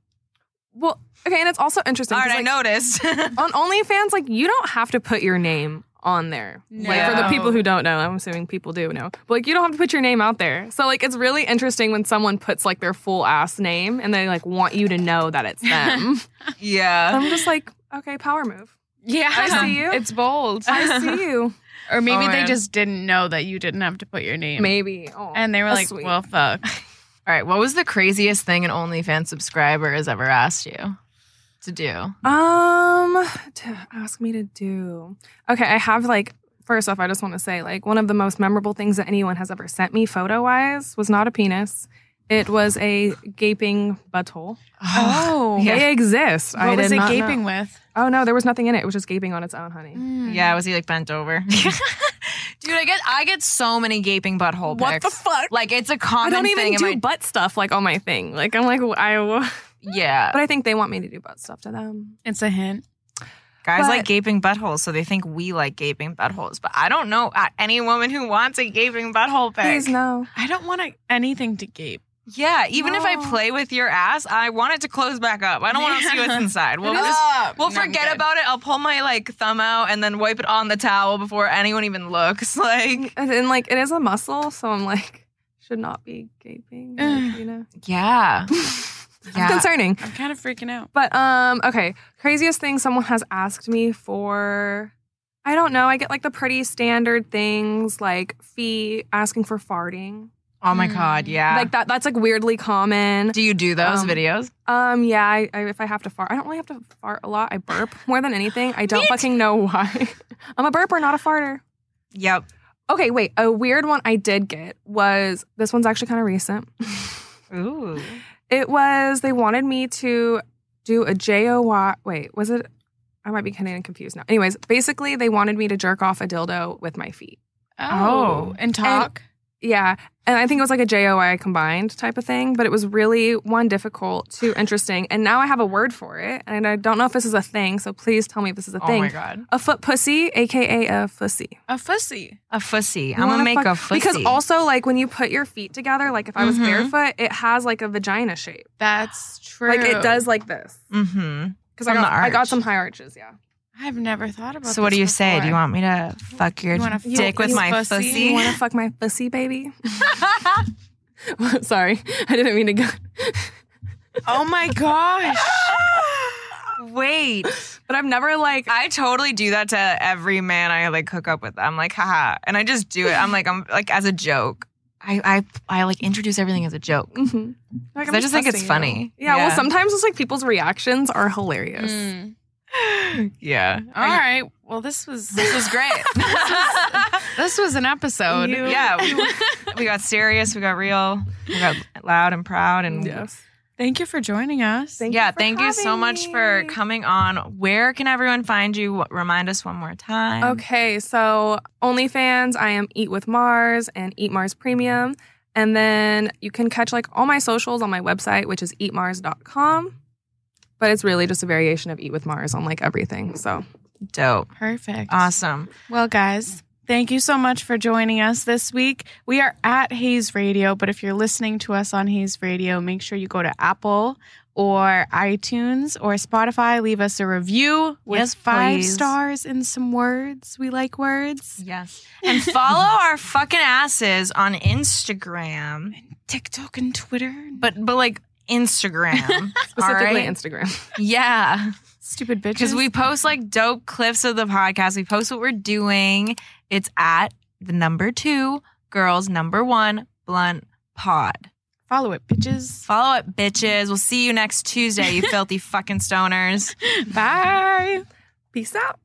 [SPEAKER 5] Well, okay, and it's also interesting.
[SPEAKER 1] all
[SPEAKER 5] 'cause,
[SPEAKER 1] right, I
[SPEAKER 5] like,
[SPEAKER 1] noticed.
[SPEAKER 5] on OnlyFans, like you don't have to put your name on there. Like for the
[SPEAKER 2] No.
[SPEAKER 5] people who don't know, I'm assuming people do know. But like you don't have to put your name out there. So like it's really interesting when someone puts like their full ass name and they like want you to know that it's them.
[SPEAKER 1] yeah.
[SPEAKER 5] I'm just like, okay, power move.
[SPEAKER 2] Yeah.
[SPEAKER 5] I see you.
[SPEAKER 2] It's bold.
[SPEAKER 5] I see you.
[SPEAKER 2] Or maybe
[SPEAKER 1] Oh,
[SPEAKER 2] they
[SPEAKER 1] man.
[SPEAKER 2] just didn't know that you didn't have to put your name.
[SPEAKER 5] Maybe. Oh,
[SPEAKER 2] And they were
[SPEAKER 5] that's
[SPEAKER 2] like,
[SPEAKER 5] sweet.
[SPEAKER 2] well, fuck.
[SPEAKER 1] All right. What was the craziest thing an OnlyFans subscriber has ever asked you to do?
[SPEAKER 5] Um, to ask me to do. Okay, I have like. First off, I just want to say like one of the most memorable things that anyone has ever sent me photo wise was not a penis. It was a gaping butthole.
[SPEAKER 2] Oh.
[SPEAKER 1] Yeah.
[SPEAKER 5] They exist.
[SPEAKER 2] What
[SPEAKER 5] I did
[SPEAKER 2] was it
[SPEAKER 5] not know.
[SPEAKER 2] gaping with?
[SPEAKER 5] Oh no, there was nothing in it. It was just gaping on its own, honey.
[SPEAKER 1] Yeah, was he like bent over? Dude, I get I get so many gaping butthole
[SPEAKER 5] What
[SPEAKER 1] pics.
[SPEAKER 5] the fuck?
[SPEAKER 1] Like it's a
[SPEAKER 5] I
[SPEAKER 1] common
[SPEAKER 5] don't
[SPEAKER 1] thing.
[SPEAKER 5] even do
[SPEAKER 1] in my,
[SPEAKER 5] butt stuff like on my thing. Like I'm like I,
[SPEAKER 1] yeah,
[SPEAKER 5] but I think they want me to do butt stuff to them.
[SPEAKER 2] It's a hint.
[SPEAKER 1] guys
[SPEAKER 5] but-
[SPEAKER 1] like gaping buttholes, so they think we like gaping buttholes. But I don't know uh, any woman who wants a gaping butthole pic.
[SPEAKER 5] Please no.
[SPEAKER 2] I don't want to- anything to gape.
[SPEAKER 1] Yeah, even if I
[SPEAKER 5] No.
[SPEAKER 1] play with your ass, I want it to close back up. I don't want to see what's inside. We'll, uh,
[SPEAKER 2] It is-
[SPEAKER 1] just- we'll
[SPEAKER 2] No, I'm
[SPEAKER 1] forget
[SPEAKER 2] good.
[SPEAKER 1] about it. I'll pull my like thumb out and then wipe it on the towel before anyone even looks. Like,
[SPEAKER 5] And, then like it is a muscle, so I'm like should not be gaping. like, you know,
[SPEAKER 1] yeah,
[SPEAKER 5] it's concerning.
[SPEAKER 2] I'm kind of freaking out.
[SPEAKER 5] But um, okay, craziest thing someone has asked me for. I don't know. I get like the pretty standard things like feet, asking for farting.
[SPEAKER 1] Oh my god, yeah.
[SPEAKER 5] Like that. That's like weirdly common.
[SPEAKER 1] do you do those
[SPEAKER 5] Um,
[SPEAKER 1] videos?
[SPEAKER 5] Um, yeah, I, I, if I have to fart, I don't really have to fart a lot. I burp more than anything. I don't fucking know why. I'm a burper, not a farter.
[SPEAKER 1] Yep.
[SPEAKER 5] Okay, wait. A weird one I did get was this one's actually kind of recent.
[SPEAKER 1] Ooh.
[SPEAKER 5] It was they wanted me to do a JOY. Wait, was it? I might be kind of confused now. Anyways, basically, they wanted me to jerk off a dildo with my feet.
[SPEAKER 1] Oh.
[SPEAKER 2] And talk.
[SPEAKER 5] Yeah. And I think it was like a JOI combined type of thing, but it was really one difficult, two interesting. And now I have a word for it. And I don't know if this is a thing, so please tell me if this is a
[SPEAKER 1] Oh
[SPEAKER 5] thing.
[SPEAKER 1] my god.
[SPEAKER 5] A foot pussy, aka a fussy.
[SPEAKER 2] a fussy.
[SPEAKER 1] A fussy.
[SPEAKER 5] You
[SPEAKER 1] I'm gonna
[SPEAKER 5] wanna
[SPEAKER 1] make
[SPEAKER 5] fuck-
[SPEAKER 1] a fussy.
[SPEAKER 5] Because also, like when you put your feet together, like if I was
[SPEAKER 1] Mhm.
[SPEAKER 5] barefoot, it has like a vagina shape.
[SPEAKER 2] That's true.
[SPEAKER 5] Like it does like this.
[SPEAKER 1] Mm-hmm.
[SPEAKER 5] Because I,
[SPEAKER 1] From
[SPEAKER 5] got-
[SPEAKER 1] the
[SPEAKER 5] I got
[SPEAKER 1] arch.
[SPEAKER 5] some high arches, yeah.
[SPEAKER 2] I've never thought about
[SPEAKER 1] So what do
[SPEAKER 2] this
[SPEAKER 1] you say? Do you
[SPEAKER 2] before.
[SPEAKER 1] want me to fuck your
[SPEAKER 2] You wanna
[SPEAKER 1] dick
[SPEAKER 2] fuck
[SPEAKER 1] with
[SPEAKER 2] this
[SPEAKER 1] my
[SPEAKER 2] fussy?
[SPEAKER 1] fussy?
[SPEAKER 5] You want to fuck my pussy, baby? Sorry, I didn't mean to go.
[SPEAKER 2] Oh my gosh.
[SPEAKER 1] Wait.
[SPEAKER 5] But I've never like
[SPEAKER 1] I totally do that to every man I like hook up with. I'm like, haha. And I just do it. I'm like, I'm like as a joke. I I, I like introduce everything as a joke.
[SPEAKER 5] Mm-hmm. Like,
[SPEAKER 1] 'Cause I just think it's funny.
[SPEAKER 5] Yeah,
[SPEAKER 1] Yeah.
[SPEAKER 5] well, sometimes it's like people's reactions are hilarious.
[SPEAKER 2] Mm.
[SPEAKER 1] Yeah.
[SPEAKER 2] All right. Well, this was
[SPEAKER 1] This was great.
[SPEAKER 2] this was an episode.
[SPEAKER 5] You-
[SPEAKER 1] yeah. We, we got serious, we got real, we got loud and proud and
[SPEAKER 5] Yes.
[SPEAKER 2] Thank you for joining us.
[SPEAKER 5] Thank
[SPEAKER 1] yeah,
[SPEAKER 5] you for
[SPEAKER 1] thank you so
[SPEAKER 5] having
[SPEAKER 1] much for
[SPEAKER 5] me.
[SPEAKER 1] coming on. Where can everyone find you? What- Remind us one more time.
[SPEAKER 5] Okay, so OnlyFans, I am Eat with Mars and Eat Mars Premium. And then you can catch like all my socials on my website, which is eatmars.com. But it's really just a variation of Eat with Mars on like everything. So
[SPEAKER 1] Dope.
[SPEAKER 2] Perfect.
[SPEAKER 1] Awesome.
[SPEAKER 2] Well, guys, thank you so much for joining us this week. We are at Hayes Radio, but if you're listening to us on Hayes Radio, make sure you go to Apple or iTunes or Spotify. Leave us a review with
[SPEAKER 1] Yes,
[SPEAKER 2] five
[SPEAKER 1] please.
[SPEAKER 2] stars and some words. We like words.
[SPEAKER 1] Yes. And follow our fucking asses on Instagram.
[SPEAKER 2] TikTok and Twitter.
[SPEAKER 1] But but like Instagram.
[SPEAKER 5] specifically
[SPEAKER 1] All right?
[SPEAKER 5] Instagram.
[SPEAKER 1] Yeah.
[SPEAKER 2] Stupid bitches.
[SPEAKER 1] because we post like dope clips of the podcast. We post what we're doing. It's at the number two girls number one blunt pod.
[SPEAKER 2] follow it, bitches.
[SPEAKER 1] Follow up, bitches. We'll see you next Tuesday, you filthy fucking stoners.
[SPEAKER 2] Bye.
[SPEAKER 5] Peace out.